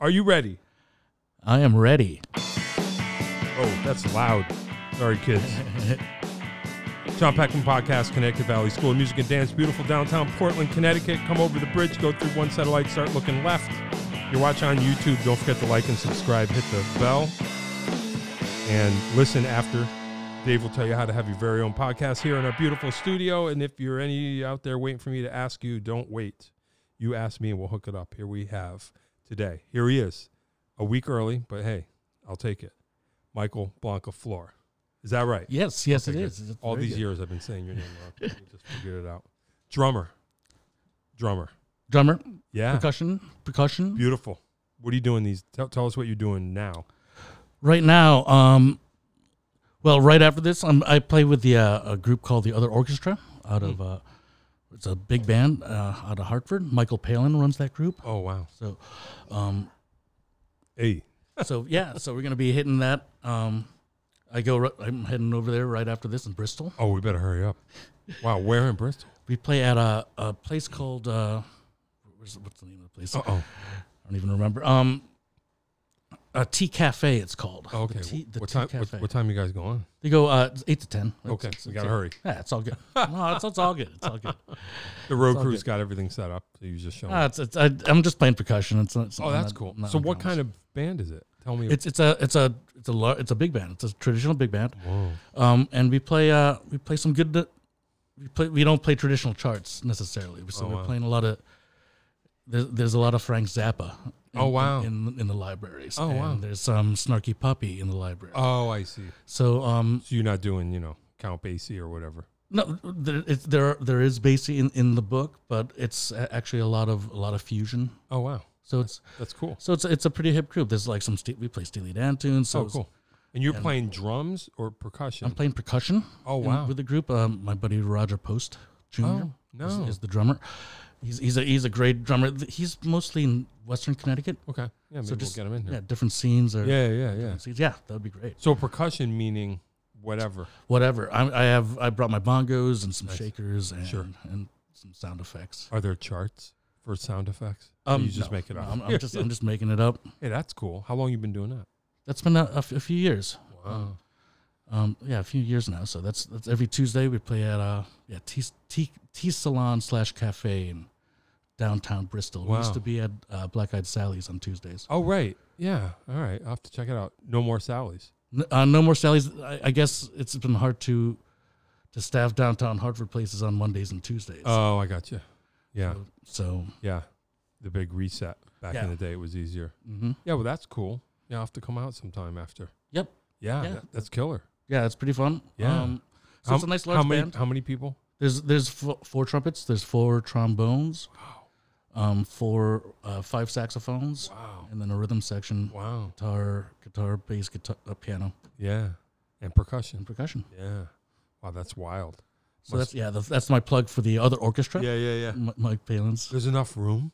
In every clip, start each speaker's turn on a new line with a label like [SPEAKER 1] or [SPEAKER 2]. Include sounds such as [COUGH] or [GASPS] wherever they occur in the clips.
[SPEAKER 1] Are you ready?
[SPEAKER 2] I am ready.
[SPEAKER 1] Oh, that's loud. Sorry, kids. John Peckham Podcast, Connecticut Valley School of Music and Dance, beautiful downtown Portland, Connecticut. Come over the bridge, go through one satellite, start looking left. If you watch on YouTube, don't forget to like and subscribe, hit the bell, and listen after. Dave will tell you how to have your very own podcast here in our beautiful studio. And if you're any out there waiting for me to ask you, don't wait. You ask me and we'll hook it up. Here we have today. Here he is. A week early, but hey, I'll take it. Michael Blanca Flor. Is that right?
[SPEAKER 2] Yes, yes,
[SPEAKER 1] Okay,
[SPEAKER 2] it
[SPEAKER 1] good.
[SPEAKER 2] is. It's
[SPEAKER 1] All
[SPEAKER 2] very
[SPEAKER 1] these
[SPEAKER 2] good.
[SPEAKER 1] years I've been saying your name wrong. I just figured it out. Drummer. Drummer.
[SPEAKER 2] Drummer,
[SPEAKER 1] Yeah.
[SPEAKER 2] percussion, percussion.
[SPEAKER 1] Beautiful. What are you doing these? Tell, tell us what you're doing now.
[SPEAKER 2] Right now, um, well, right after this, um, I play with the uh, a group called the Other Orchestra out
[SPEAKER 1] Hmm.
[SPEAKER 2] of uh, it's a big band uh, out of Hartford. Michael Palin runs that group.
[SPEAKER 1] Oh, wow.
[SPEAKER 2] So, um,
[SPEAKER 1] Hey.
[SPEAKER 2] so yeah, so we're gonna be hitting that. Um, I go. ri- I'm heading over there right after this in Bristol.
[SPEAKER 1] Oh, we better hurry up. Wow. Where in
[SPEAKER 2] [LAUGHS]
[SPEAKER 1] Bristol?
[SPEAKER 2] We play at a, a place called uh, where's, what's the name of the place?
[SPEAKER 1] Uh oh.
[SPEAKER 2] I don't even remember. Um, a tea cafe. It's called. The
[SPEAKER 1] Oh, Okay.
[SPEAKER 2] tea- the
[SPEAKER 1] what,
[SPEAKER 2] tea
[SPEAKER 1] time, what,
[SPEAKER 2] cafe.
[SPEAKER 1] what time you guys going?
[SPEAKER 2] They go uh, it's eight to ten. It's-
[SPEAKER 1] Okay.
[SPEAKER 2] it's-
[SPEAKER 1] We
[SPEAKER 2] it's
[SPEAKER 1] got to
[SPEAKER 2] it.
[SPEAKER 1] hurry. Oh.
[SPEAKER 2] Yeah, it's all
[SPEAKER 1] [LAUGHS]
[SPEAKER 2] good. No, it's, it's all good. It's all good.
[SPEAKER 1] The road
[SPEAKER 2] all
[SPEAKER 1] crew's
[SPEAKER 2] good.
[SPEAKER 1] got everything set up. So you just show
[SPEAKER 2] No,
[SPEAKER 1] up.
[SPEAKER 2] it's, it's, I, I'm just playing percussion. It's, not- it's
[SPEAKER 1] Oh,
[SPEAKER 2] not-
[SPEAKER 1] that's
[SPEAKER 2] not-
[SPEAKER 1] cool.
[SPEAKER 2] not
[SPEAKER 1] So, what
[SPEAKER 2] uncommon.
[SPEAKER 1] kind of band is it? Tell me.
[SPEAKER 2] It's it's a it's a it's a lar- it's a big band. It's a traditional big band.
[SPEAKER 1] Whoa.
[SPEAKER 2] Um, and we play uh we play some good. We play we don't play traditional charts necessarily. So
[SPEAKER 1] Oh,
[SPEAKER 2] we're
[SPEAKER 1] wow.
[SPEAKER 2] playing a lot of. There's, there's a lot of Frank Zappa. In,
[SPEAKER 1] Oh, wow.
[SPEAKER 2] In in the libraries.
[SPEAKER 1] Oh,
[SPEAKER 2] and
[SPEAKER 1] wow.
[SPEAKER 2] There's some Snarky Puppy in the library.
[SPEAKER 1] Oh, I see.
[SPEAKER 2] so um
[SPEAKER 1] So, you're not doing, you know, Count Basie or whatever.
[SPEAKER 2] No, there, it's, there there is Basie in, in the book, but it's a- actually a lot of a lot of fusion.
[SPEAKER 1] Oh, wow.
[SPEAKER 2] So it's
[SPEAKER 1] That's cool.
[SPEAKER 2] so it's it's a pretty hip group. There's like some Ste we play Steely Dan tunes. So
[SPEAKER 1] Oh,
[SPEAKER 2] it's-
[SPEAKER 1] cool. And you're playing drums or percussion?
[SPEAKER 2] I'm playing percussion.
[SPEAKER 1] Oh,
[SPEAKER 2] in-
[SPEAKER 1] wow.
[SPEAKER 2] with the group, um, my buddy Roger Post Jr.
[SPEAKER 1] Oh,
[SPEAKER 2] is,
[SPEAKER 1] no.
[SPEAKER 2] is the drummer. He's he's a he's a great drummer. Th- He's mostly in Western Connecticut.
[SPEAKER 1] Okay. Yeah, maybe
[SPEAKER 2] so just
[SPEAKER 1] we'll get them in
[SPEAKER 2] yeah,
[SPEAKER 1] here.
[SPEAKER 2] different scenes or
[SPEAKER 1] Yeah, yeah, yeah.
[SPEAKER 2] scenes. yeah, that would be great.
[SPEAKER 1] So percussion meaning whatever.
[SPEAKER 2] Whatever. I, I have I brought my bongos and some
[SPEAKER 1] Nice.
[SPEAKER 2] shakers and
[SPEAKER 1] Sure.
[SPEAKER 2] and some sound effects.
[SPEAKER 1] Are there charts for sound effects? Or you just
[SPEAKER 2] Um, no,
[SPEAKER 1] make it
[SPEAKER 2] no,
[SPEAKER 1] up.
[SPEAKER 2] I'm, I'm just I'm just making it up.
[SPEAKER 1] hey, that's cool. How long you been doing that?
[SPEAKER 2] That's been a, a f- a few years.
[SPEAKER 1] Wow.
[SPEAKER 2] Um, yeah, a few years now. So that's that's every Tuesday we play at uh yeah tea tea, tea salon slash cafe in downtown Bristol. We
[SPEAKER 1] Wow.
[SPEAKER 2] used to be at uh, Black Eyed Sally's on Tuesdays.
[SPEAKER 1] Oh right. Yeah. All right. I'll have to check it out. No more Sally's.
[SPEAKER 2] N- uh, no more Sally's. I, I guess it's been hard to to staff downtown Hartford places on Mondays and Tuesdays.
[SPEAKER 1] Oh, I got you. Yeah.
[SPEAKER 2] so
[SPEAKER 1] Yeah. The big reset. Back
[SPEAKER 2] Yeah.
[SPEAKER 1] in the day it was easier.
[SPEAKER 2] mhm.
[SPEAKER 1] Yeah, well that's cool. Yeah, I'll have to come out sometime after.
[SPEAKER 2] Yep.
[SPEAKER 1] Yeah,
[SPEAKER 2] Yeah.
[SPEAKER 1] that- that's killer.
[SPEAKER 2] yeah, it's pretty fun. Um,
[SPEAKER 1] Yeah.
[SPEAKER 2] so it's a nice large
[SPEAKER 1] how many
[SPEAKER 2] band.
[SPEAKER 1] how many people?
[SPEAKER 2] There's there's four, four trumpets. There's four trombones. Um, four uh, five saxophones.
[SPEAKER 1] Wow.
[SPEAKER 2] and then a rhythm section,
[SPEAKER 1] Wow.
[SPEAKER 2] guitar, guitar, bass, guitar, uh, piano,
[SPEAKER 1] Yeah. And percussion.
[SPEAKER 2] and percussion.
[SPEAKER 1] Yeah. Wow, that's wild.
[SPEAKER 2] So
[SPEAKER 1] Must-
[SPEAKER 2] that's yeah, that's, that's my plug for the other orchestra.
[SPEAKER 1] [LAUGHS] Yeah, yeah, yeah.
[SPEAKER 2] M- Mike Palin's.
[SPEAKER 1] There's enough room.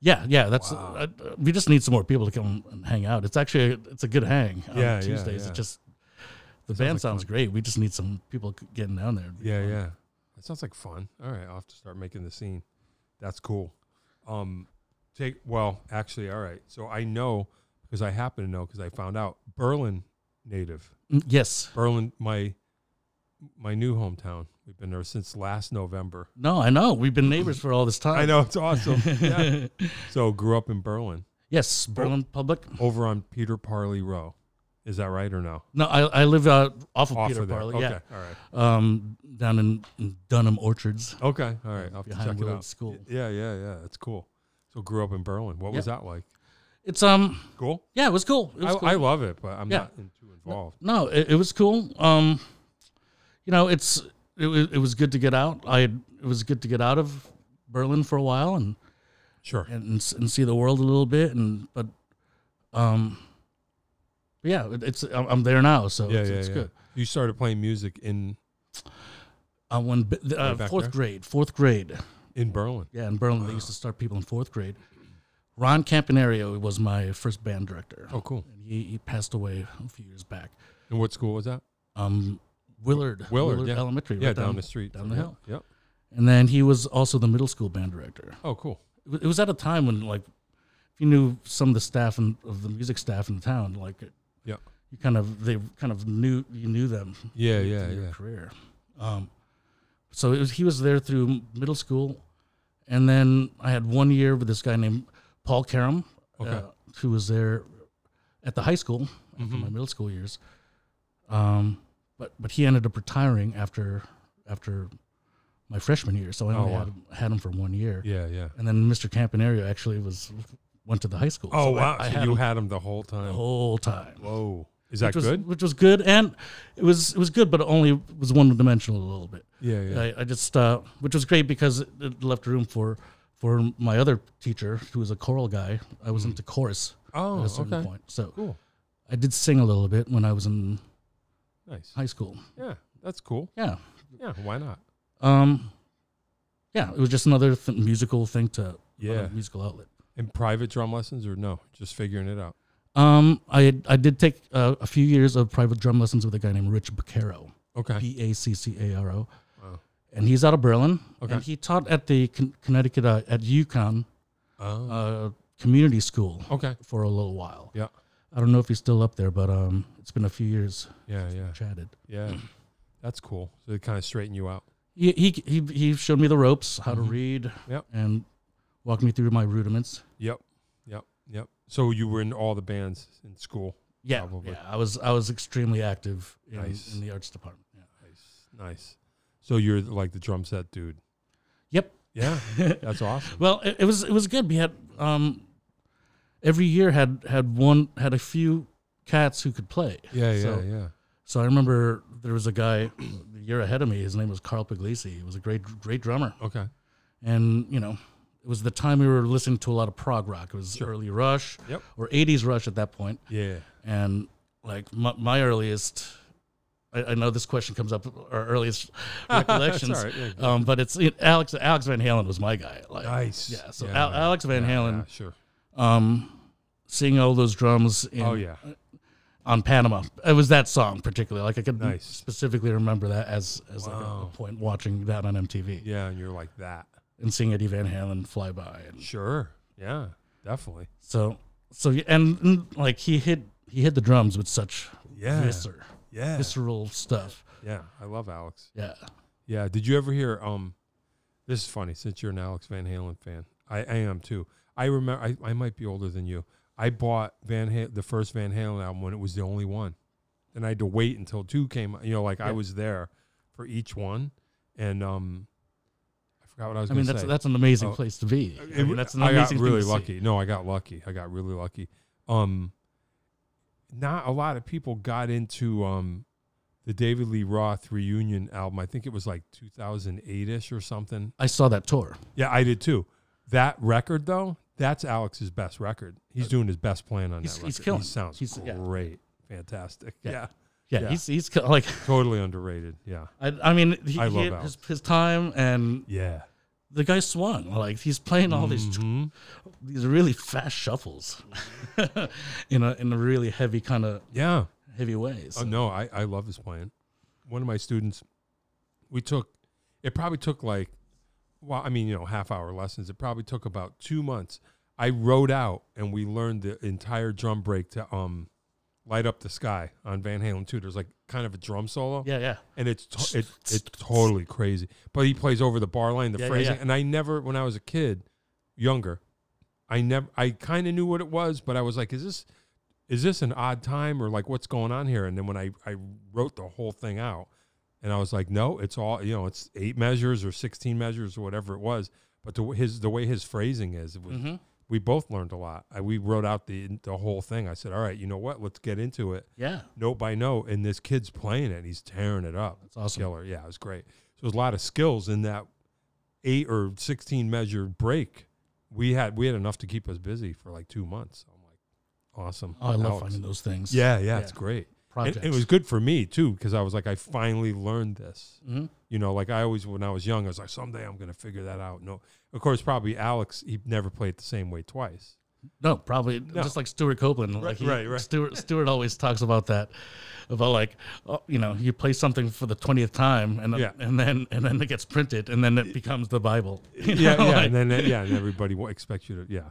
[SPEAKER 2] Yeah, yeah. That's
[SPEAKER 1] Wow.
[SPEAKER 2] uh, uh, we just need some more people to come and hang out. It's actually it's a good hang on
[SPEAKER 1] Yeah, yeah,
[SPEAKER 2] Tuesdays. It's
[SPEAKER 1] yeah.
[SPEAKER 2] just the
[SPEAKER 1] Sounds
[SPEAKER 2] band
[SPEAKER 1] like
[SPEAKER 2] sounds
[SPEAKER 1] fun.
[SPEAKER 2] great. We just need some people c- getting down there.
[SPEAKER 1] Yeah, yeah. That sounds like fun. All right, I'll have to start making the scene. That's cool. Um, take well, actually, all right. So I know because I happen to know because I found out Berlin native.
[SPEAKER 2] Mm, Yes.
[SPEAKER 1] Berlin, my my new hometown. We've been there since last November.
[SPEAKER 2] No, I know. We've been neighbors for all this time.
[SPEAKER 1] I know it's awesome. [LAUGHS] Yeah. So grew up in Berlin,
[SPEAKER 2] Yes, Berlin Public.
[SPEAKER 1] over on Peter Parley Row. Is that right or no?
[SPEAKER 2] No, I, I live uh, off of
[SPEAKER 1] Off
[SPEAKER 2] Peter
[SPEAKER 1] of there.
[SPEAKER 2] Parley.
[SPEAKER 1] Okay.
[SPEAKER 2] Yeah,
[SPEAKER 1] All right.
[SPEAKER 2] um, down in, in Dunham Orchards.
[SPEAKER 1] Okay. All right. I'll have to
[SPEAKER 2] Behind
[SPEAKER 1] check it
[SPEAKER 2] Willard
[SPEAKER 1] out.
[SPEAKER 2] School.
[SPEAKER 1] Yeah, yeah, yeah. That's cool. So grew up in Berlin. What was that like?
[SPEAKER 2] It's um,
[SPEAKER 1] Cool.
[SPEAKER 2] yeah, it was cool. It was
[SPEAKER 1] I,
[SPEAKER 2] cool.
[SPEAKER 1] I love it, but I'm
[SPEAKER 2] Yeah.
[SPEAKER 1] not in- too involved.
[SPEAKER 2] no, it, it was cool. Um, you know, it's it, wa- it was good to get out. I had- it was good to get out of Berlin for a while and
[SPEAKER 1] Sure.
[SPEAKER 2] and and, s- and see the world a little bit. And but um, yeah, it, it's I'm I'm there now, so
[SPEAKER 1] Yeah,
[SPEAKER 2] it's,
[SPEAKER 1] yeah,
[SPEAKER 2] it's
[SPEAKER 1] yeah.
[SPEAKER 2] good.
[SPEAKER 1] You started playing music in
[SPEAKER 2] I won b- the,
[SPEAKER 1] Way
[SPEAKER 2] uh,
[SPEAKER 1] back
[SPEAKER 2] fourth
[SPEAKER 1] there?
[SPEAKER 2] grade. Fourth grade,
[SPEAKER 1] in Berlin.
[SPEAKER 2] yeah, in Berlin they used to start people in fourth grade. Ron Campanario was my first band director.
[SPEAKER 1] Oh, cool.
[SPEAKER 2] And he, he passed away a few years back.
[SPEAKER 1] And what school was that?
[SPEAKER 2] um, Willard,
[SPEAKER 1] Willard,
[SPEAKER 2] Willard,
[SPEAKER 1] yeah.
[SPEAKER 2] Elementary,
[SPEAKER 1] yeah,
[SPEAKER 2] right
[SPEAKER 1] down, the street,
[SPEAKER 2] down the hill.
[SPEAKER 1] Yep.
[SPEAKER 2] And then he was also the middle school band director.
[SPEAKER 1] Oh, cool.
[SPEAKER 2] It wa- It was at a time when like if you knew some of the staff and of the music staff in the town, like
[SPEAKER 1] Yeah.
[SPEAKER 2] you kind of they kind of knew you knew them
[SPEAKER 1] Yeah,
[SPEAKER 2] through
[SPEAKER 1] yeah,
[SPEAKER 2] your
[SPEAKER 1] yeah.
[SPEAKER 2] career. Um, so it was, he was there through middle school, and then I had one year with this guy named Paul Karam, uh,
[SPEAKER 1] Okay.
[SPEAKER 2] who was there at the high school
[SPEAKER 1] Mm-hmm.
[SPEAKER 2] after my middle school years. Um, but but he ended up retiring after after my freshman year, so I
[SPEAKER 1] Oh,
[SPEAKER 2] only
[SPEAKER 1] wow.
[SPEAKER 2] had, had him for one year.
[SPEAKER 1] Yeah, yeah.
[SPEAKER 2] And then Mr. Campanario actually was went to the high school.
[SPEAKER 1] Oh
[SPEAKER 2] so
[SPEAKER 1] wow!
[SPEAKER 2] I, I
[SPEAKER 1] so
[SPEAKER 2] had
[SPEAKER 1] you
[SPEAKER 2] him
[SPEAKER 1] had him the whole
[SPEAKER 2] the
[SPEAKER 1] time.
[SPEAKER 2] whole time
[SPEAKER 1] Whoa, is that
[SPEAKER 2] which was,
[SPEAKER 1] good?
[SPEAKER 2] Which was good, and it was it was good, but it only was one dimensional a little bit.
[SPEAKER 1] Yeah, yeah.
[SPEAKER 2] I, I just uh, which was great because it, it left room for for my other teacher who was a choral guy. I was into chorus
[SPEAKER 1] Oh,
[SPEAKER 2] at a certain
[SPEAKER 1] okay.
[SPEAKER 2] point, so
[SPEAKER 1] Cool.
[SPEAKER 2] I did sing a little bit when I was in
[SPEAKER 1] Nice.
[SPEAKER 2] high school.
[SPEAKER 1] Yeah, that's cool.
[SPEAKER 2] Yeah,
[SPEAKER 1] Yeah, why not?
[SPEAKER 2] um, yeah, it was just another th- musical thing to
[SPEAKER 1] Yeah.
[SPEAKER 2] another musical outlet.
[SPEAKER 1] And private drum lessons or no? Just figuring it out.
[SPEAKER 2] Um, I had- I did take uh, a few years of private drum lessons with a guy named Rich Baccaro.
[SPEAKER 1] Okay.
[SPEAKER 2] B A C C A R O.
[SPEAKER 1] Wow.
[SPEAKER 2] And he's out of Berlin.
[SPEAKER 1] Okay.
[SPEAKER 2] And he taught at the Con- Connecticut, uh, at UConn
[SPEAKER 1] Oh.
[SPEAKER 2] uh, Community School
[SPEAKER 1] okay.
[SPEAKER 2] for a little while.
[SPEAKER 1] Yeah.
[SPEAKER 2] I don't know if he's still up there, but um, it's been a few years
[SPEAKER 1] Yeah, yeah,
[SPEAKER 2] chatted. [CLEARS THROAT]
[SPEAKER 1] yeah. That's cool. So it kind of straighten you out.
[SPEAKER 2] He, he, he, he showed me the ropes, how to read,
[SPEAKER 1] Yep.
[SPEAKER 2] and walked me through my rudiments.
[SPEAKER 1] Yep. Yep. Yep. So you were in all the bands in school.
[SPEAKER 2] Yeah,
[SPEAKER 1] Probably.
[SPEAKER 2] yeah, I was I was extremely active in,
[SPEAKER 1] Nice.
[SPEAKER 2] in the arts department. Yeah.
[SPEAKER 1] Nice. Nice. So you're like the drum set dude.
[SPEAKER 2] Yep, [LAUGHS]
[SPEAKER 1] Yeah. that's awesome.
[SPEAKER 2] Well, it, it was it was good. We had um, every year had had one had a few cats who could play.
[SPEAKER 1] Yeah, yeah,
[SPEAKER 2] So,
[SPEAKER 1] yeah.
[SPEAKER 2] so I remember there was a guy the year ahead of me. His name was Carl Puglisi. He was a great great drummer,
[SPEAKER 1] Okay.
[SPEAKER 2] and you know. It was the time we were listening to a lot of prog rock. It was early Rush
[SPEAKER 1] Yep.
[SPEAKER 2] or 80s Rush at that point.
[SPEAKER 1] Yeah.
[SPEAKER 2] And like my, my earliest, I, I know this question comes up,
[SPEAKER 1] [LAUGHS]
[SPEAKER 2] our earliest [LAUGHS] recollections.
[SPEAKER 1] all right, yeah,
[SPEAKER 2] um, but it's it, Alex Alex Van Halen was my guy. Like,
[SPEAKER 1] Nice.
[SPEAKER 2] Uh, Yeah. So Al, Alex Van
[SPEAKER 1] yeah,
[SPEAKER 2] Halen
[SPEAKER 1] yeah, sure.
[SPEAKER 2] um, seeing all those drums in,
[SPEAKER 1] Oh yeah.
[SPEAKER 2] on Panama. It was that song particularly. Like I could
[SPEAKER 1] Nice.
[SPEAKER 2] specifically remember that as as like a- a,
[SPEAKER 1] Wow.
[SPEAKER 2] point watching that on MTV
[SPEAKER 1] Yeah, and you're like that.
[SPEAKER 2] and seeing Eddie Van Halen fly by. And
[SPEAKER 1] Sure. Yeah. Definitely.
[SPEAKER 2] so so yeah, and, and like he hit he hit the drums with such
[SPEAKER 1] Yeah.
[SPEAKER 2] viscer,
[SPEAKER 1] Yeah.
[SPEAKER 2] visceral stuff.
[SPEAKER 1] Yeah. I love Alex.
[SPEAKER 2] Yeah.
[SPEAKER 1] Yeah. Did you ever hear? Um, this is funny since you're an Alex Van Halen fan. I, I am too. I remember. I, I might be older than you. I bought Van ha- the first Van Halen album when it was the only one. Then I had to wait until two came. You know, like I
[SPEAKER 2] Yeah.
[SPEAKER 1] was there for each one, and um, I forgot what I was.
[SPEAKER 2] I mean
[SPEAKER 1] gonna
[SPEAKER 2] that's
[SPEAKER 1] say.
[SPEAKER 2] that's an amazing
[SPEAKER 1] Oh.
[SPEAKER 2] place to be. I mean, that's an
[SPEAKER 1] I got
[SPEAKER 2] amazing
[SPEAKER 1] really
[SPEAKER 2] thing to see.
[SPEAKER 1] lucky. No, I got lucky. I got really lucky. Um, not a lot of people got into um, the David Lee Roth reunion album. I think it was like 2008 ish or something.
[SPEAKER 2] I saw that tour.
[SPEAKER 1] Yeah, I did too. That record though, that's Alex's best record. He's doing his best playing on
[SPEAKER 2] Uh, He's-
[SPEAKER 1] that record.
[SPEAKER 2] he's killing
[SPEAKER 1] He
[SPEAKER 2] it.
[SPEAKER 1] sounds
[SPEAKER 2] He's- yeah.
[SPEAKER 1] great, fantastic. Yeah.
[SPEAKER 2] Yeah. Yeah,
[SPEAKER 1] Yeah.
[SPEAKER 2] he's he's like
[SPEAKER 1] totally underrated. Yeah,
[SPEAKER 2] I, I mean he,
[SPEAKER 1] I
[SPEAKER 2] he
[SPEAKER 1] love
[SPEAKER 2] had
[SPEAKER 1] Alex.
[SPEAKER 2] his, his time and
[SPEAKER 1] yeah.
[SPEAKER 2] the guy swung like he's playing all these
[SPEAKER 1] Mhm.
[SPEAKER 2] these really fast shuffles [LAUGHS] in a in a really heavy kind of
[SPEAKER 1] Yeah.
[SPEAKER 2] heavy ways.
[SPEAKER 1] Oh no, I, I love his playing. One of my students, we took it probably took like well, I mean, you know, half hour lessons. It probably took about two months. I rode out and we learned the entire drum break to um light up the sky on Van Halen too. There's like kind of a drum solo.
[SPEAKER 2] yeah, yeah.
[SPEAKER 1] And it's to-
[SPEAKER 2] [LAUGHS]
[SPEAKER 1] it, it's totally crazy. But he plays over the bar line, the
[SPEAKER 2] Yeah, yeah,
[SPEAKER 1] phrasing.
[SPEAKER 2] yeah.
[SPEAKER 1] And I never when I was a kid, younger, I never I kind of knew what it was, but I was like, is this is this an odd time or like what's going on here? And then when I, I wrote the whole thing out and I was like, no, it's all, you know, it's eight measures or 16 measures or whatever it was. But the, w- his, the way his phrasing is, it was,
[SPEAKER 2] Mm-hmm.
[SPEAKER 1] we both learned a lot. I, we wrote out the, the whole thing. I said, all right, you know what? Let's get into it
[SPEAKER 2] Yeah.
[SPEAKER 1] note by note. And this kid's playing it. He's tearing it up.
[SPEAKER 2] That's awesome.
[SPEAKER 1] Killer. Yeah, it was great. So there's a lot of skills in that eight or 16 measure break. We had, we had enough to keep us busy for like two months. I'm like, awesome.
[SPEAKER 2] Oh, I love
[SPEAKER 1] Alex.
[SPEAKER 2] finding those things.
[SPEAKER 1] Yeah, yeah,
[SPEAKER 2] Yeah.
[SPEAKER 1] it's great. And-
[SPEAKER 2] Projects.
[SPEAKER 1] And, it was good for me too because I was like, I finally learned this.
[SPEAKER 2] Mhm.
[SPEAKER 1] You know, like I always when I was young, I was like, someday I'm gonna figure that out. No, of course, probably Alex. He never played the same way twice.
[SPEAKER 2] No, probably just like Stuart Copeland. like he,
[SPEAKER 1] right, right.
[SPEAKER 2] Stuart Stuart always talks about that, about like, oh, you know, you play something for the twentieth time, and then-
[SPEAKER 1] Yeah.
[SPEAKER 2] and then and then it gets printed, and then it becomes the Bible. [LAUGHS] [LAUGHS] You know,
[SPEAKER 1] Yeah, yeah,
[SPEAKER 2] like-
[SPEAKER 1] and then yeah, and everybody will expect you to yeah,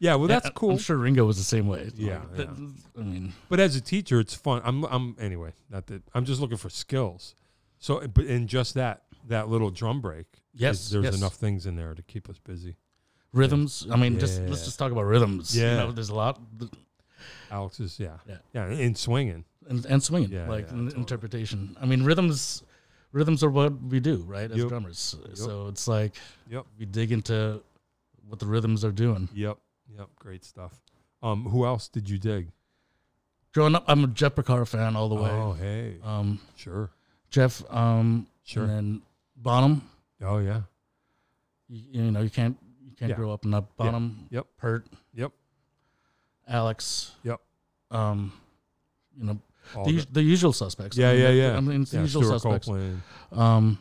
[SPEAKER 1] Yeah, well, that's
[SPEAKER 2] I-
[SPEAKER 1] cool.
[SPEAKER 2] I'm sure Ringo was the same way. It's
[SPEAKER 1] Yeah,
[SPEAKER 2] like, that- I mean,
[SPEAKER 1] But as a teacher, it's fun. I'm, I'm anyway. Not that I'm just looking for skills. So, but in just that that little drum break,
[SPEAKER 2] Yes,
[SPEAKER 1] is- there's
[SPEAKER 2] yes.
[SPEAKER 1] enough things in there to keep us busy.
[SPEAKER 2] rhythms. I mean, just
[SPEAKER 1] Yeah.
[SPEAKER 2] let's just talk about rhythms.
[SPEAKER 1] Yeah.
[SPEAKER 2] you know, there's a lot,
[SPEAKER 1] Alex is yeah,
[SPEAKER 2] Yeah.
[SPEAKER 1] and, and swinging.
[SPEAKER 2] and, and swinging,
[SPEAKER 1] Yeah,
[SPEAKER 2] like
[SPEAKER 1] yeah,
[SPEAKER 2] in
[SPEAKER 1] totally.
[SPEAKER 2] interpretation. I mean, rhythms, rhythms are what we do, right, as
[SPEAKER 1] Yep.
[SPEAKER 2] drummers. So it's like
[SPEAKER 1] Yep.
[SPEAKER 2] we dig into what the rhythms are doing.
[SPEAKER 1] Yep, yep, great stuff. Um, who else did you dig?
[SPEAKER 2] Growing up, I'm a Jeff Picaro fan all the way.
[SPEAKER 1] Oh, hey,
[SPEAKER 2] Um,
[SPEAKER 1] sure,
[SPEAKER 2] Jeff, um,
[SPEAKER 1] sure.
[SPEAKER 2] and then Bonham.
[SPEAKER 1] oh yeah,
[SPEAKER 2] You, you know, you can't you can't
[SPEAKER 1] Yeah.
[SPEAKER 2] grow up and not
[SPEAKER 1] Yeah.
[SPEAKER 2] Bonham.
[SPEAKER 1] Yep.
[SPEAKER 2] Pert.
[SPEAKER 1] Yep.
[SPEAKER 2] Alex.
[SPEAKER 1] Yep.
[SPEAKER 2] Um, you know
[SPEAKER 1] all
[SPEAKER 2] the, us-
[SPEAKER 1] the-
[SPEAKER 2] the usual suspects. I
[SPEAKER 1] yeah,
[SPEAKER 2] mean,
[SPEAKER 1] yeah,
[SPEAKER 2] the-
[SPEAKER 1] yeah.
[SPEAKER 2] I mean, it's the
[SPEAKER 1] yeah,
[SPEAKER 2] usual
[SPEAKER 1] Stuart
[SPEAKER 2] suspects.
[SPEAKER 1] Copeland.
[SPEAKER 2] Um,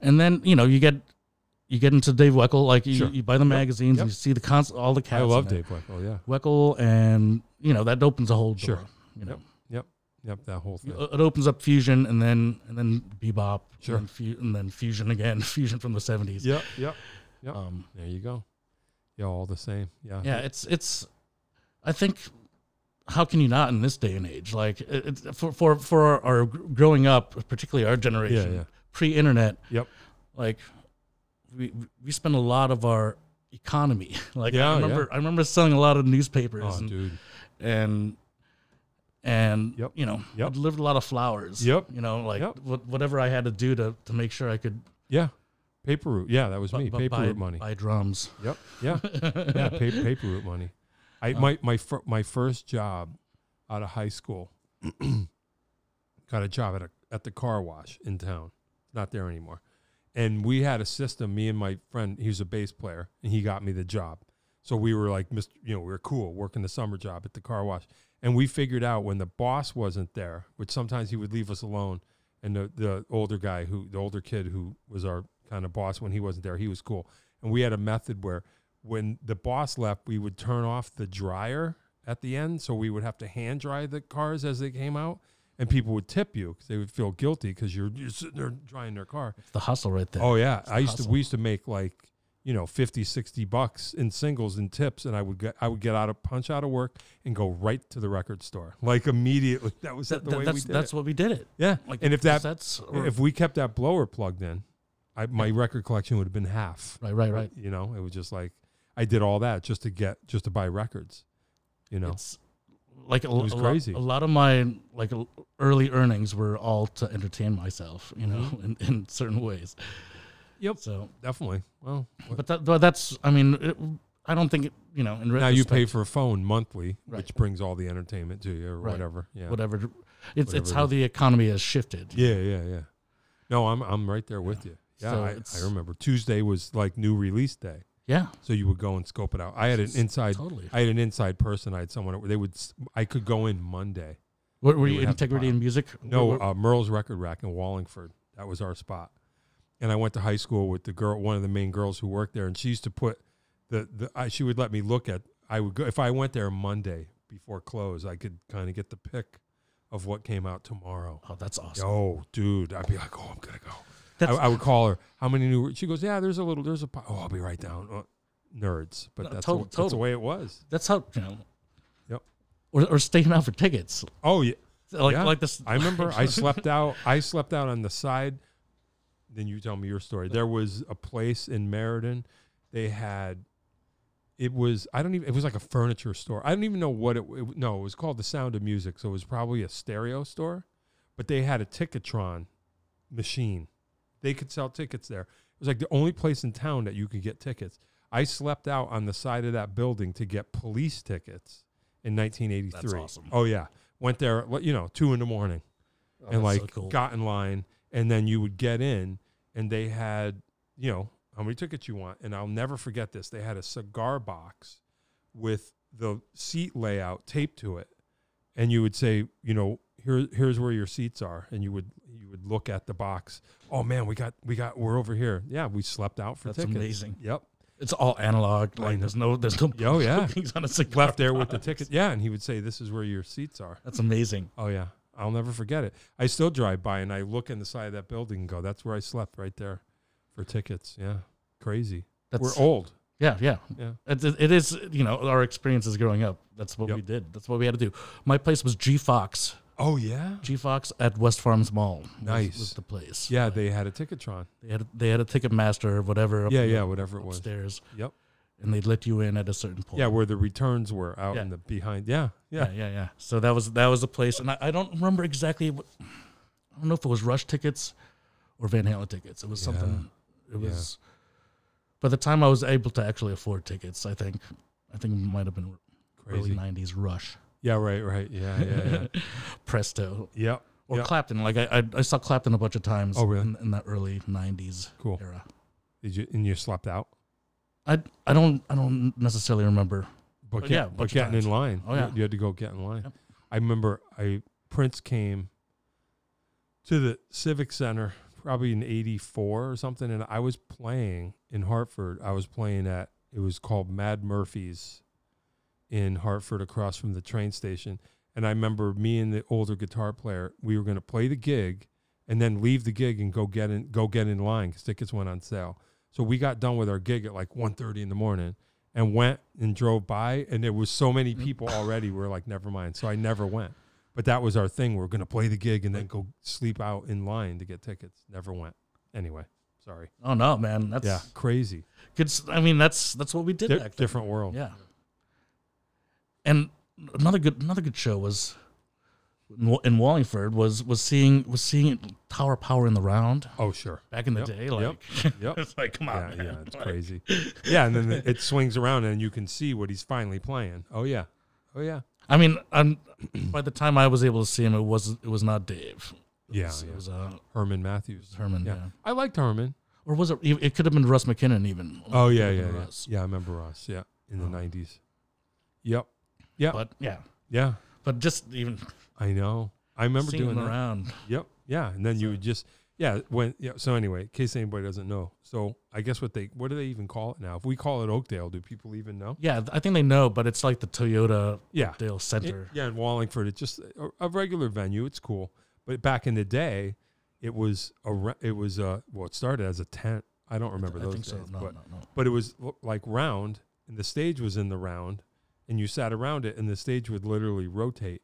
[SPEAKER 2] and then you know you get you get into Dave Weckl. Like you,
[SPEAKER 1] Sure.
[SPEAKER 2] you buy the magazines
[SPEAKER 1] Yep.
[SPEAKER 2] and you see the cons- all the
[SPEAKER 1] I
[SPEAKER 2] cats. in
[SPEAKER 1] love
[SPEAKER 2] there.
[SPEAKER 1] Dave Weckl. Yeah,
[SPEAKER 2] Weckl, and you know that opens a whole door.
[SPEAKER 1] Sure.
[SPEAKER 2] You know,
[SPEAKER 1] yep, that whole thing.
[SPEAKER 2] it opens up fusion, and then and then bebop,
[SPEAKER 1] Sure.
[SPEAKER 2] and, fu- and then fusion again, [LAUGHS] fusion from the seventies.
[SPEAKER 1] Yep, yep. Yep.
[SPEAKER 2] Um,
[SPEAKER 1] There you go. Yeah, all the same. Yeah,
[SPEAKER 2] yeah, it's it's. I think, how can you not in this day and age? Like it, it's- for for for our gr- growing up, particularly our generation,
[SPEAKER 1] yeah.
[SPEAKER 2] pre-internet.
[SPEAKER 1] Yep.
[SPEAKER 2] Like, we we spend a lot of our economy. [LAUGHS] Like
[SPEAKER 1] Yeah,
[SPEAKER 2] I remember, I remember selling a lot of newspapers
[SPEAKER 1] Oh,
[SPEAKER 2] and,
[SPEAKER 1] dude.
[SPEAKER 2] and and
[SPEAKER 1] Yep.
[SPEAKER 2] you know
[SPEAKER 1] Yep.
[SPEAKER 2] I lived a lot of flowers.
[SPEAKER 1] Yep.
[SPEAKER 2] You know, like
[SPEAKER 1] Yep.
[SPEAKER 2] what, whatever I had to do to to make sure I could
[SPEAKER 1] Yeah, paper route. Yeah, that was me.
[SPEAKER 2] bu-
[SPEAKER 1] paper
[SPEAKER 2] buy,
[SPEAKER 1] route money.
[SPEAKER 2] buy drums.
[SPEAKER 1] Yep. Yeah. [LAUGHS] yeah. Pa- paper route money. I my my fir- my first job out of high school [CLEARS THROAT] got a job at a at the car wash in town. Not there anymore. And we had a system. Me and my friend, he was a bass player, and he got me the job. So we were like, Mr. You know, we were cool working the summer job at the car wash. And we figured out when the boss wasn't there, which sometimes he would leave us alone. And the, the older guy who, the older kid who was our kind of boss when he wasn't there, he was cool. And we had a method where when the boss left, we would turn off the dryer at the end. So we would have to hand dry the cars as they came out. And people would tip you because they would feel guilty because you're, you're sitting there drying their car.
[SPEAKER 2] It's the hustle right there.
[SPEAKER 1] Oh yeah, I used to
[SPEAKER 2] hustle.
[SPEAKER 1] we used to make like you know 50 60 bucks in singles and tips and I would get I would get out of punch out of work and go right to the record store like immediately [LAUGHS] that was
[SPEAKER 2] That-
[SPEAKER 1] the way
[SPEAKER 2] that's
[SPEAKER 1] we did
[SPEAKER 2] that's
[SPEAKER 1] it.
[SPEAKER 2] what we did it.
[SPEAKER 1] yeah
[SPEAKER 2] Like
[SPEAKER 1] and if that
[SPEAKER 2] that's or,
[SPEAKER 1] if we kept that blower plugged in I, my record collection would have been half
[SPEAKER 2] right, right, right.
[SPEAKER 1] you know it was just like I did all that just to get just to buy records you know
[SPEAKER 2] It's like a,
[SPEAKER 1] was
[SPEAKER 2] a lot-
[SPEAKER 1] crazy.
[SPEAKER 2] a lot of my like l- early earnings were all to entertain myself, you know, [LAUGHS] in, in certain ways.
[SPEAKER 1] Mm-hmm. Yep.
[SPEAKER 2] So,
[SPEAKER 1] definitely well
[SPEAKER 2] [LAUGHS] but that but that's I mean, it, I don't think it, you know. In
[SPEAKER 1] now you
[SPEAKER 2] retrospect,
[SPEAKER 1] pay for a phone monthly
[SPEAKER 2] Right.
[SPEAKER 1] which brings all the entertainment to you or
[SPEAKER 2] Right.
[SPEAKER 1] whatever yeah
[SPEAKER 2] whatever. It's it's
[SPEAKER 1] Whatever it
[SPEAKER 2] how
[SPEAKER 1] is.
[SPEAKER 2] the economy has shifted.
[SPEAKER 1] Yeah, yeah, yeah. No, I'm I'm right there with you. Yeah,
[SPEAKER 2] So
[SPEAKER 1] I, I
[SPEAKER 2] it's-
[SPEAKER 1] remember Tuesday was like new release day,
[SPEAKER 2] Yeah,
[SPEAKER 1] so you would go and scope it out. I had an inside,
[SPEAKER 2] totally.
[SPEAKER 1] I had an inside person. I had someone. They would. s- I could go in Monday.
[SPEAKER 2] What were
[SPEAKER 1] you
[SPEAKER 2] you
[SPEAKER 1] would have to
[SPEAKER 2] integrity
[SPEAKER 1] buy-
[SPEAKER 2] in music? Were-
[SPEAKER 1] No,
[SPEAKER 2] were-
[SPEAKER 1] uh, Merle's Record Rack in Wallingford. That was our spot. And I went to high school with the girl, one of the main girls who worked there, and she used to put the the. I, she would let me look at. I would go if I went there Monday before close. I could kind of get the pick of what came out tomorrow.
[SPEAKER 2] oh, that's awesome.
[SPEAKER 1] Yo, dude, I'd be like, oh, I'm gonna go. I,
[SPEAKER 2] That's-
[SPEAKER 1] I would call her. How many new? She goes, yeah, there's a little, there's a. po- Oh, I'll be right down. Uh, nerds, but
[SPEAKER 2] No,
[SPEAKER 1] that's,
[SPEAKER 2] total-
[SPEAKER 1] the, that's the
[SPEAKER 2] total.
[SPEAKER 1] way it was.
[SPEAKER 2] That's how you know.
[SPEAKER 1] Yep.
[SPEAKER 2] Or, or staking out for tickets,
[SPEAKER 1] Oh yeah,
[SPEAKER 2] like
[SPEAKER 1] Yeah.
[SPEAKER 2] like this. [LAUGHS]
[SPEAKER 1] I remember. I slept out. I slept out on the side. Then you tell me your story. There was a place in Meriden. They had. It was I don't even. It was like a furniture store. I don't even know what it. it no, it was called the Sound of Music. So it was probably a stereo store, but they had a Ticketron machine. They could sell tickets there. It was like the only place in town that you could get tickets. I slept out on the side of that building to get police tickets in 1983.
[SPEAKER 2] awesome.
[SPEAKER 1] Oh yeah, went there. at, You know, two in the morning, and
[SPEAKER 2] Oh, that's
[SPEAKER 1] like
[SPEAKER 2] so cool.
[SPEAKER 1] got in line, and then you would get in, and they had you know how many tickets you want, and I'll never forget this. They had a cigar box with the seat layout taped to it, and you would say, you know, here here's where your seats are, and you would you would look at the box. Oh man, we got we got we're over here. Yeah, we slept out for
[SPEAKER 2] That's
[SPEAKER 1] tickets.
[SPEAKER 2] amazing.
[SPEAKER 1] Yep,
[SPEAKER 2] It's all analog. Like
[SPEAKER 1] know.
[SPEAKER 2] there's no there's [LAUGHS] no
[SPEAKER 1] Yo, yeah.
[SPEAKER 2] things on a cigar.
[SPEAKER 1] left there with the ticket. Yeah, and he would say, this is where your seats are.
[SPEAKER 2] That's amazing.
[SPEAKER 1] Oh yeah, I'll never forget it. I still drive by and I look in the side of that building and go, "That's where I slept right there, for tickets." Yeah, crazy.
[SPEAKER 2] That's
[SPEAKER 1] We're old.
[SPEAKER 2] Yeah, yeah.
[SPEAKER 1] Yeah.
[SPEAKER 2] It's, it it is, you know, our experiences growing up. That's what we
[SPEAKER 1] Yep.
[SPEAKER 2] did. That's what we had to do. My place was G Fox.
[SPEAKER 1] Oh yeah.
[SPEAKER 2] G Fox at West Farms Mall. was-
[SPEAKER 1] Nice.
[SPEAKER 2] was the place.
[SPEAKER 1] Yeah, they had a Ticketron.
[SPEAKER 2] They had they had a Ticketmaster or whatever. Up
[SPEAKER 1] Yeah,
[SPEAKER 2] in the-
[SPEAKER 1] yeah, whatever it was.
[SPEAKER 2] Upstairs,
[SPEAKER 1] Yep.
[SPEAKER 2] and they'd let you in at a certain point.
[SPEAKER 1] Yeah, where the returns were out
[SPEAKER 2] Yeah.
[SPEAKER 1] in the behind. Yeah, yeah.
[SPEAKER 2] yeah, yeah, yeah. So that was that was a place, and I, I don't remember exactly. What, I don't know if it was Rush tickets or Van Halen tickets. It was something. It
[SPEAKER 1] yeah.
[SPEAKER 2] was. By the time I was able to actually afford tickets, I think, I think it might have been
[SPEAKER 1] Crazy.
[SPEAKER 2] early '90s Rush,
[SPEAKER 1] Yeah, right, right. Yeah, yeah,
[SPEAKER 2] [LAUGHS]
[SPEAKER 1] yeah.
[SPEAKER 2] Presto,
[SPEAKER 1] yep.
[SPEAKER 2] or
[SPEAKER 1] yep.
[SPEAKER 2] Clapton. Like I, I, I saw Clapton a bunch of times.
[SPEAKER 1] Oh, really? Oh.
[SPEAKER 2] In, in that early '90s
[SPEAKER 1] Cool.
[SPEAKER 2] era.
[SPEAKER 1] Did you and you slept out?
[SPEAKER 2] I, I don't I don't necessarily remember.
[SPEAKER 1] But,
[SPEAKER 2] But
[SPEAKER 1] get-
[SPEAKER 2] Oh, yeah, a
[SPEAKER 1] but
[SPEAKER 2] bunch of
[SPEAKER 1] getting
[SPEAKER 2] times.
[SPEAKER 1] in line.
[SPEAKER 2] Oh,
[SPEAKER 1] You-
[SPEAKER 2] yeah.
[SPEAKER 1] You, had to go get in line.
[SPEAKER 2] Yep.
[SPEAKER 1] I remember I Prince came to the Civic Center probably in '84 or something, and I was playing in Hartford. I was playing at it was called Mad Murphy's in Hartford, across from the train station. And I remember me and the older guitar player, we were going to play the gig and then leave the gig and go get in go get in line because tickets went on sale. So we got done with our gig at like 1.30 in the morning and went and drove by and there was so
[SPEAKER 2] Mm.
[SPEAKER 1] many
[SPEAKER 2] [LAUGHS]
[SPEAKER 1] people already we are like never mind so i never went but that was our thing we are going to play the gig and then go sleep out in line to get tickets never went anyway sorry
[SPEAKER 2] Oh no, man, that's
[SPEAKER 1] yeah crazy
[SPEAKER 2] good. s- I mean, that's that's what we did.
[SPEAKER 1] Di-
[SPEAKER 2] back then.
[SPEAKER 1] different world
[SPEAKER 2] Yeah. And another good another good show was in Wa- in Wallingford was was seeing was seeing Tower Power in the round
[SPEAKER 1] oh sure
[SPEAKER 2] [LAUGHS] back in the
[SPEAKER 1] Yep,
[SPEAKER 2] day.
[SPEAKER 1] yep,
[SPEAKER 2] Like [LAUGHS]
[SPEAKER 1] yep.
[SPEAKER 2] it's like come
[SPEAKER 1] yeah
[SPEAKER 2] on, man.
[SPEAKER 1] yeah it's
[SPEAKER 2] Like,
[SPEAKER 1] crazy yeah and then it swings around and you can see what he's finally playing oh yeah oh yeah
[SPEAKER 2] I mean, i by the time I was able to see him, it was it was not Dave. It
[SPEAKER 1] Yeah,
[SPEAKER 2] was,
[SPEAKER 1] yeah.
[SPEAKER 2] it was uh,
[SPEAKER 1] herman matthews
[SPEAKER 2] Herman. Yeah.
[SPEAKER 1] yeah. i liked herman
[SPEAKER 2] or was it? It could have been Russ McKinnon even.
[SPEAKER 1] oh
[SPEAKER 2] It
[SPEAKER 1] yeah
[SPEAKER 2] could've
[SPEAKER 1] yeah
[SPEAKER 2] been
[SPEAKER 1] yeah
[SPEAKER 2] Russ.
[SPEAKER 1] yeah i remember ross yeah in the
[SPEAKER 2] Oh.
[SPEAKER 1] 90s yep yeah
[SPEAKER 2] But yeah,
[SPEAKER 1] yeah
[SPEAKER 2] but just even
[SPEAKER 1] i know i remember
[SPEAKER 2] seeing
[SPEAKER 1] doing
[SPEAKER 2] him
[SPEAKER 1] that
[SPEAKER 2] around.
[SPEAKER 1] Yep. Yeah, and then you would just yeah when yeah. So anyway, in case anybody doesn't know, so I guess what they what do they even call it now? If we call it Oakdale, do people even know?
[SPEAKER 2] Yeah, I think they know, but it's like the Toyota
[SPEAKER 1] Yeah.
[SPEAKER 2] Dale
[SPEAKER 1] It-
[SPEAKER 2] Center.
[SPEAKER 1] yeah, in Wallingford, it's just a, a regular venue. It's cool, but back in the day, it was a re- it was a well, it started as a tent. I don't remember
[SPEAKER 2] I
[SPEAKER 1] those
[SPEAKER 2] think so.
[SPEAKER 1] days,
[SPEAKER 2] No,
[SPEAKER 1] but
[SPEAKER 2] no, no.
[SPEAKER 1] but it was l- like round and the stage was in the round and you sat around it and the stage would literally rotate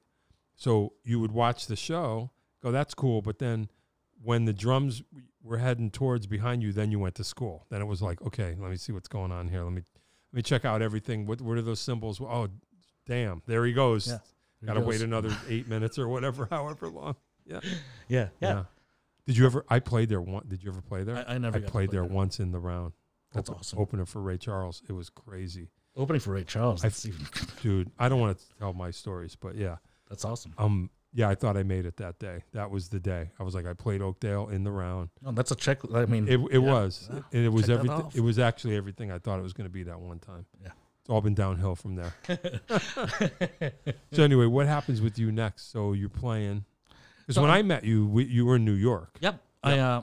[SPEAKER 1] so you would watch the show go that's cool but then when the drums w- were heading towards behind you then you went to school then it was like okay let me see what's going on here let me let me check out everything what what are those symbols oh damn there he goes
[SPEAKER 2] Yeah, There
[SPEAKER 1] gotta
[SPEAKER 2] goes.
[SPEAKER 1] wait another eight minutes or whatever [LAUGHS] however long
[SPEAKER 2] Yeah, yeah.
[SPEAKER 1] did you ever i played there one did you ever play there
[SPEAKER 2] I, I never
[SPEAKER 1] I
[SPEAKER 2] got to
[SPEAKER 1] played
[SPEAKER 2] play
[SPEAKER 1] there once in the round.
[SPEAKER 2] That's
[SPEAKER 1] Open-
[SPEAKER 2] awesome.
[SPEAKER 1] Opener for Ray Charles. It was crazy,
[SPEAKER 2] Opening for Ray Charles.
[SPEAKER 1] I-
[SPEAKER 2] That's, even,
[SPEAKER 1] dude. I don't want to tell my stories, but yeah,
[SPEAKER 2] [LAUGHS] that's awesome.
[SPEAKER 1] um, yeah, I thought I made it that day. That was the day. I was like, I played Oakdale in the round.
[SPEAKER 2] No, that's a check. I mean,
[SPEAKER 1] It, it
[SPEAKER 2] Mm. yeah,
[SPEAKER 1] was,
[SPEAKER 2] yeah.
[SPEAKER 1] and it was
[SPEAKER 2] Check that
[SPEAKER 1] everything.
[SPEAKER 2] off.
[SPEAKER 1] It was actually everything I thought it was going to be that one time.
[SPEAKER 2] Yeah.
[SPEAKER 1] it's all been downhill from
[SPEAKER 2] [LAUGHS]
[SPEAKER 1] there. [LAUGHS] so anyway, what happens with you next? So you're playing. Because
[SPEAKER 2] So
[SPEAKER 1] when
[SPEAKER 2] I'm-
[SPEAKER 1] I met you, we, you were in New York.
[SPEAKER 2] Yep. I uh,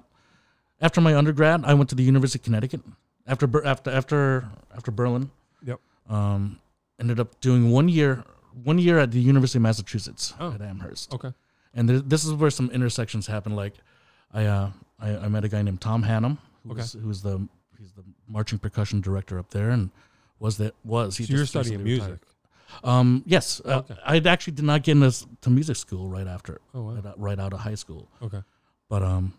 [SPEAKER 2] after my undergrad, I went to the University of Connecticut. After Ber- after after after Berlin.
[SPEAKER 1] Yep.
[SPEAKER 2] Um, ended up doing one year one year at the University of Massachusetts
[SPEAKER 1] Oh.
[SPEAKER 2] at Amherst.
[SPEAKER 1] Okay.
[SPEAKER 2] and th- this is where some intersections happen. Like, I uh, I, I met a guy named Tom Hannum,
[SPEAKER 1] Okay.
[SPEAKER 2] who's, who's the he's the marching percussion director up there, and was that was he?
[SPEAKER 1] So you're
[SPEAKER 2] just
[SPEAKER 1] studying
[SPEAKER 2] recently
[SPEAKER 1] music.
[SPEAKER 2] retired. Um, yes, uh,
[SPEAKER 1] Okay.
[SPEAKER 2] I actually did not get into s- to music school right after
[SPEAKER 1] Oh wow.
[SPEAKER 2] right out- right out of high school,
[SPEAKER 1] Okay.
[SPEAKER 2] but um,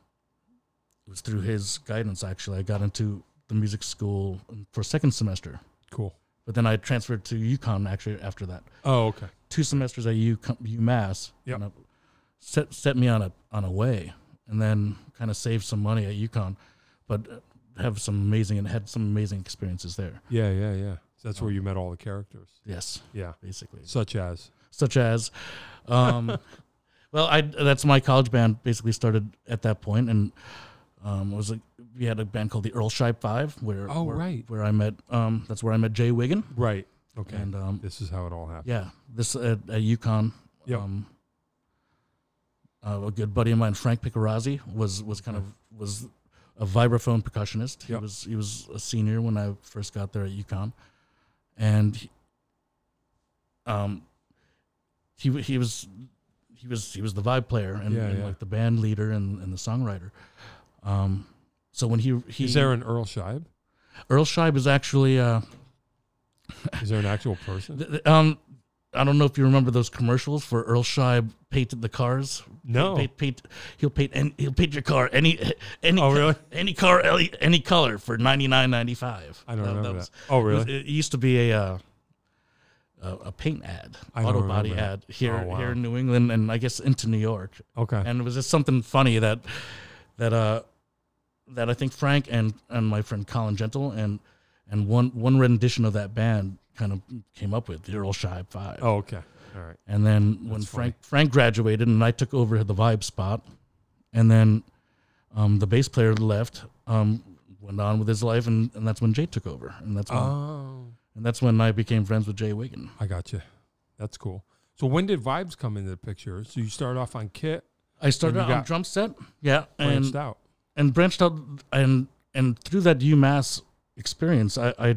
[SPEAKER 2] it was through his guidance actually I got into the music school for second semester,
[SPEAKER 1] Cool.
[SPEAKER 2] but then I transferred to UConn actually after that
[SPEAKER 1] Oh okay.
[SPEAKER 2] two semesters at U UMass.
[SPEAKER 1] Yep.
[SPEAKER 2] and, uh, Set set me on a on a way, and then kind of saved some money at UConn, but uh, have some amazing and had some amazing experiences there.
[SPEAKER 1] Yeah, yeah, yeah. So that's where you met all the characters.
[SPEAKER 2] Yes,
[SPEAKER 1] Yeah.
[SPEAKER 2] basically,
[SPEAKER 1] Such as
[SPEAKER 2] such as,
[SPEAKER 1] [LAUGHS]
[SPEAKER 2] um, well, I that's my college band basically started at that point, and um, was like we had a band called the Earl Shipe Five, where
[SPEAKER 1] Oh,
[SPEAKER 2] where,
[SPEAKER 1] right.
[SPEAKER 2] where I met um, that's where I met Jay Wiggin,
[SPEAKER 1] Right. Okay.
[SPEAKER 2] and um,
[SPEAKER 1] this is how it all happened.
[SPEAKER 2] Yeah, this at, at UConn.
[SPEAKER 1] Yep.
[SPEAKER 2] Um, uh, a good buddy of mine, Frank Picarazzi, was was kind of was a vibraphone percussionist. He
[SPEAKER 1] Yep.
[SPEAKER 2] was he was a senior when I first got there at UConn, and he, um, he w- he was he was he was the vibe player and,
[SPEAKER 1] Yeah,
[SPEAKER 2] and
[SPEAKER 1] yeah.
[SPEAKER 2] like the band leader and, and the songwriter. Um, so when he he
[SPEAKER 1] Is there an Earl Scheib?
[SPEAKER 2] Earl Scheib is actually uh,
[SPEAKER 1] Is there an actual
[SPEAKER 2] [LAUGHS]
[SPEAKER 1] person?
[SPEAKER 2] th- th- um. I don't know if you remember those commercials for Earl Scheib painted the cars.
[SPEAKER 1] No.
[SPEAKER 2] Paint, paint, he'll paint and he'll paint your car any any
[SPEAKER 1] Oh,
[SPEAKER 2] [LAUGHS]
[SPEAKER 1] really?
[SPEAKER 2] any car any, any color for ninety nine ninety five.
[SPEAKER 1] I don't remember that. Oh,
[SPEAKER 2] It,
[SPEAKER 1] really?
[SPEAKER 2] used to be a uh, a, a paint ad,
[SPEAKER 1] I don't
[SPEAKER 2] auto body
[SPEAKER 1] remember.
[SPEAKER 2] ad here
[SPEAKER 1] Oh, wow.
[SPEAKER 2] here in New England and I guess into New York.
[SPEAKER 1] Okay.
[SPEAKER 2] And it was just something funny that that uh that I think Frank and and my friend Colin Gentle and and one one rendition of that band kind of came up with the Earl Scheib Five.
[SPEAKER 1] Oh, okay. All right.
[SPEAKER 2] And then when Frank Frank graduated and I took over the vibe spot, and then um, the bass player left, um, went on with his life, and, and that's when Jay took over, and that's when,
[SPEAKER 1] Oh,
[SPEAKER 2] and that's when I became friends with Jay Wigan.
[SPEAKER 1] I got you. That's cool. So when did vibes come into the picture? So you started off on kit,
[SPEAKER 2] I started
[SPEAKER 1] you
[SPEAKER 2] out on
[SPEAKER 1] got
[SPEAKER 2] drum set, yeah,
[SPEAKER 1] branched
[SPEAKER 2] and
[SPEAKER 1] out.
[SPEAKER 2] and branched out, and and through that UMass experience, I, I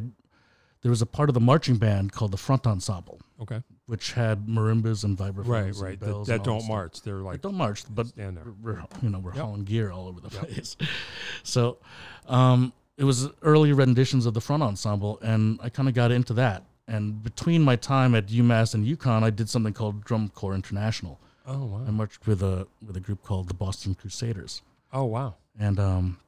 [SPEAKER 2] there was a part of the marching band called the Front Ensemble,
[SPEAKER 1] Okay.
[SPEAKER 2] which had marimbas and vibraphones,
[SPEAKER 1] Right,
[SPEAKER 2] and
[SPEAKER 1] right. That,
[SPEAKER 2] bells
[SPEAKER 1] that
[SPEAKER 2] and all
[SPEAKER 1] don't
[SPEAKER 2] this stuff.
[SPEAKER 1] march. They're like
[SPEAKER 2] don't march, but
[SPEAKER 1] stand there.
[SPEAKER 2] we're you know we're hauling gear all over the place. [LAUGHS] So um, it was early renditions of the front ensemble, and I kind of got into that. And between my time at UMass and UConn, I did something called Drum Corps International.
[SPEAKER 1] Oh
[SPEAKER 2] I
[SPEAKER 1] wow.
[SPEAKER 2] marched with a with a group called the Boston Crusaders,
[SPEAKER 1] Oh wow.
[SPEAKER 2] and um,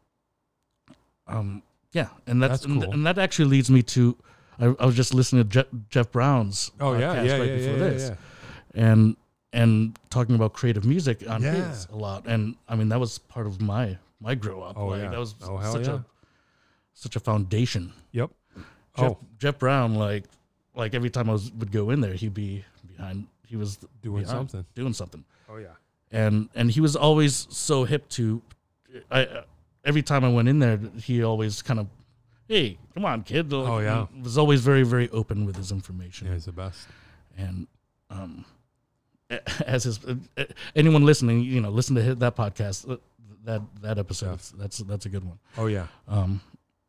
[SPEAKER 2] um, yeah, and that's,
[SPEAKER 1] That's
[SPEAKER 2] and,
[SPEAKER 1] cool.
[SPEAKER 2] and that actually leads me to. I, I was just listening to Jeff, Jeff Brown's
[SPEAKER 1] Oh yeah.
[SPEAKER 2] podcast
[SPEAKER 1] Yeah.
[SPEAKER 2] right
[SPEAKER 1] yeah,
[SPEAKER 2] before
[SPEAKER 1] yeah,
[SPEAKER 2] this
[SPEAKER 1] yeah.
[SPEAKER 2] and and talking about creative music on
[SPEAKER 1] Yeah.
[SPEAKER 2] his a lot. And I mean that was part of my my grow up.
[SPEAKER 1] Oh,
[SPEAKER 2] like
[SPEAKER 1] yeah.
[SPEAKER 2] that was
[SPEAKER 1] Oh, hell
[SPEAKER 2] such
[SPEAKER 1] yeah.
[SPEAKER 2] a such a foundation.
[SPEAKER 1] Yep.
[SPEAKER 2] Jeff,
[SPEAKER 1] Oh,
[SPEAKER 2] Jeff Brown, like like every time I was, would go in there, he'd be behind he was
[SPEAKER 1] doing
[SPEAKER 2] behind-
[SPEAKER 1] something.
[SPEAKER 2] Doing something.
[SPEAKER 1] Oh yeah.
[SPEAKER 2] And and he was always so hip to I uh, every time I went in there he always kind of Hey, come on, kid! Like,
[SPEAKER 1] Oh, yeah.
[SPEAKER 2] he was always very, very open with his information
[SPEAKER 1] Yeah, he's the best.
[SPEAKER 2] and um, as his anyone listening, you know, listen to hit that podcast, uh, that that episode. That's that's a good one,
[SPEAKER 1] Oh yeah.
[SPEAKER 2] um,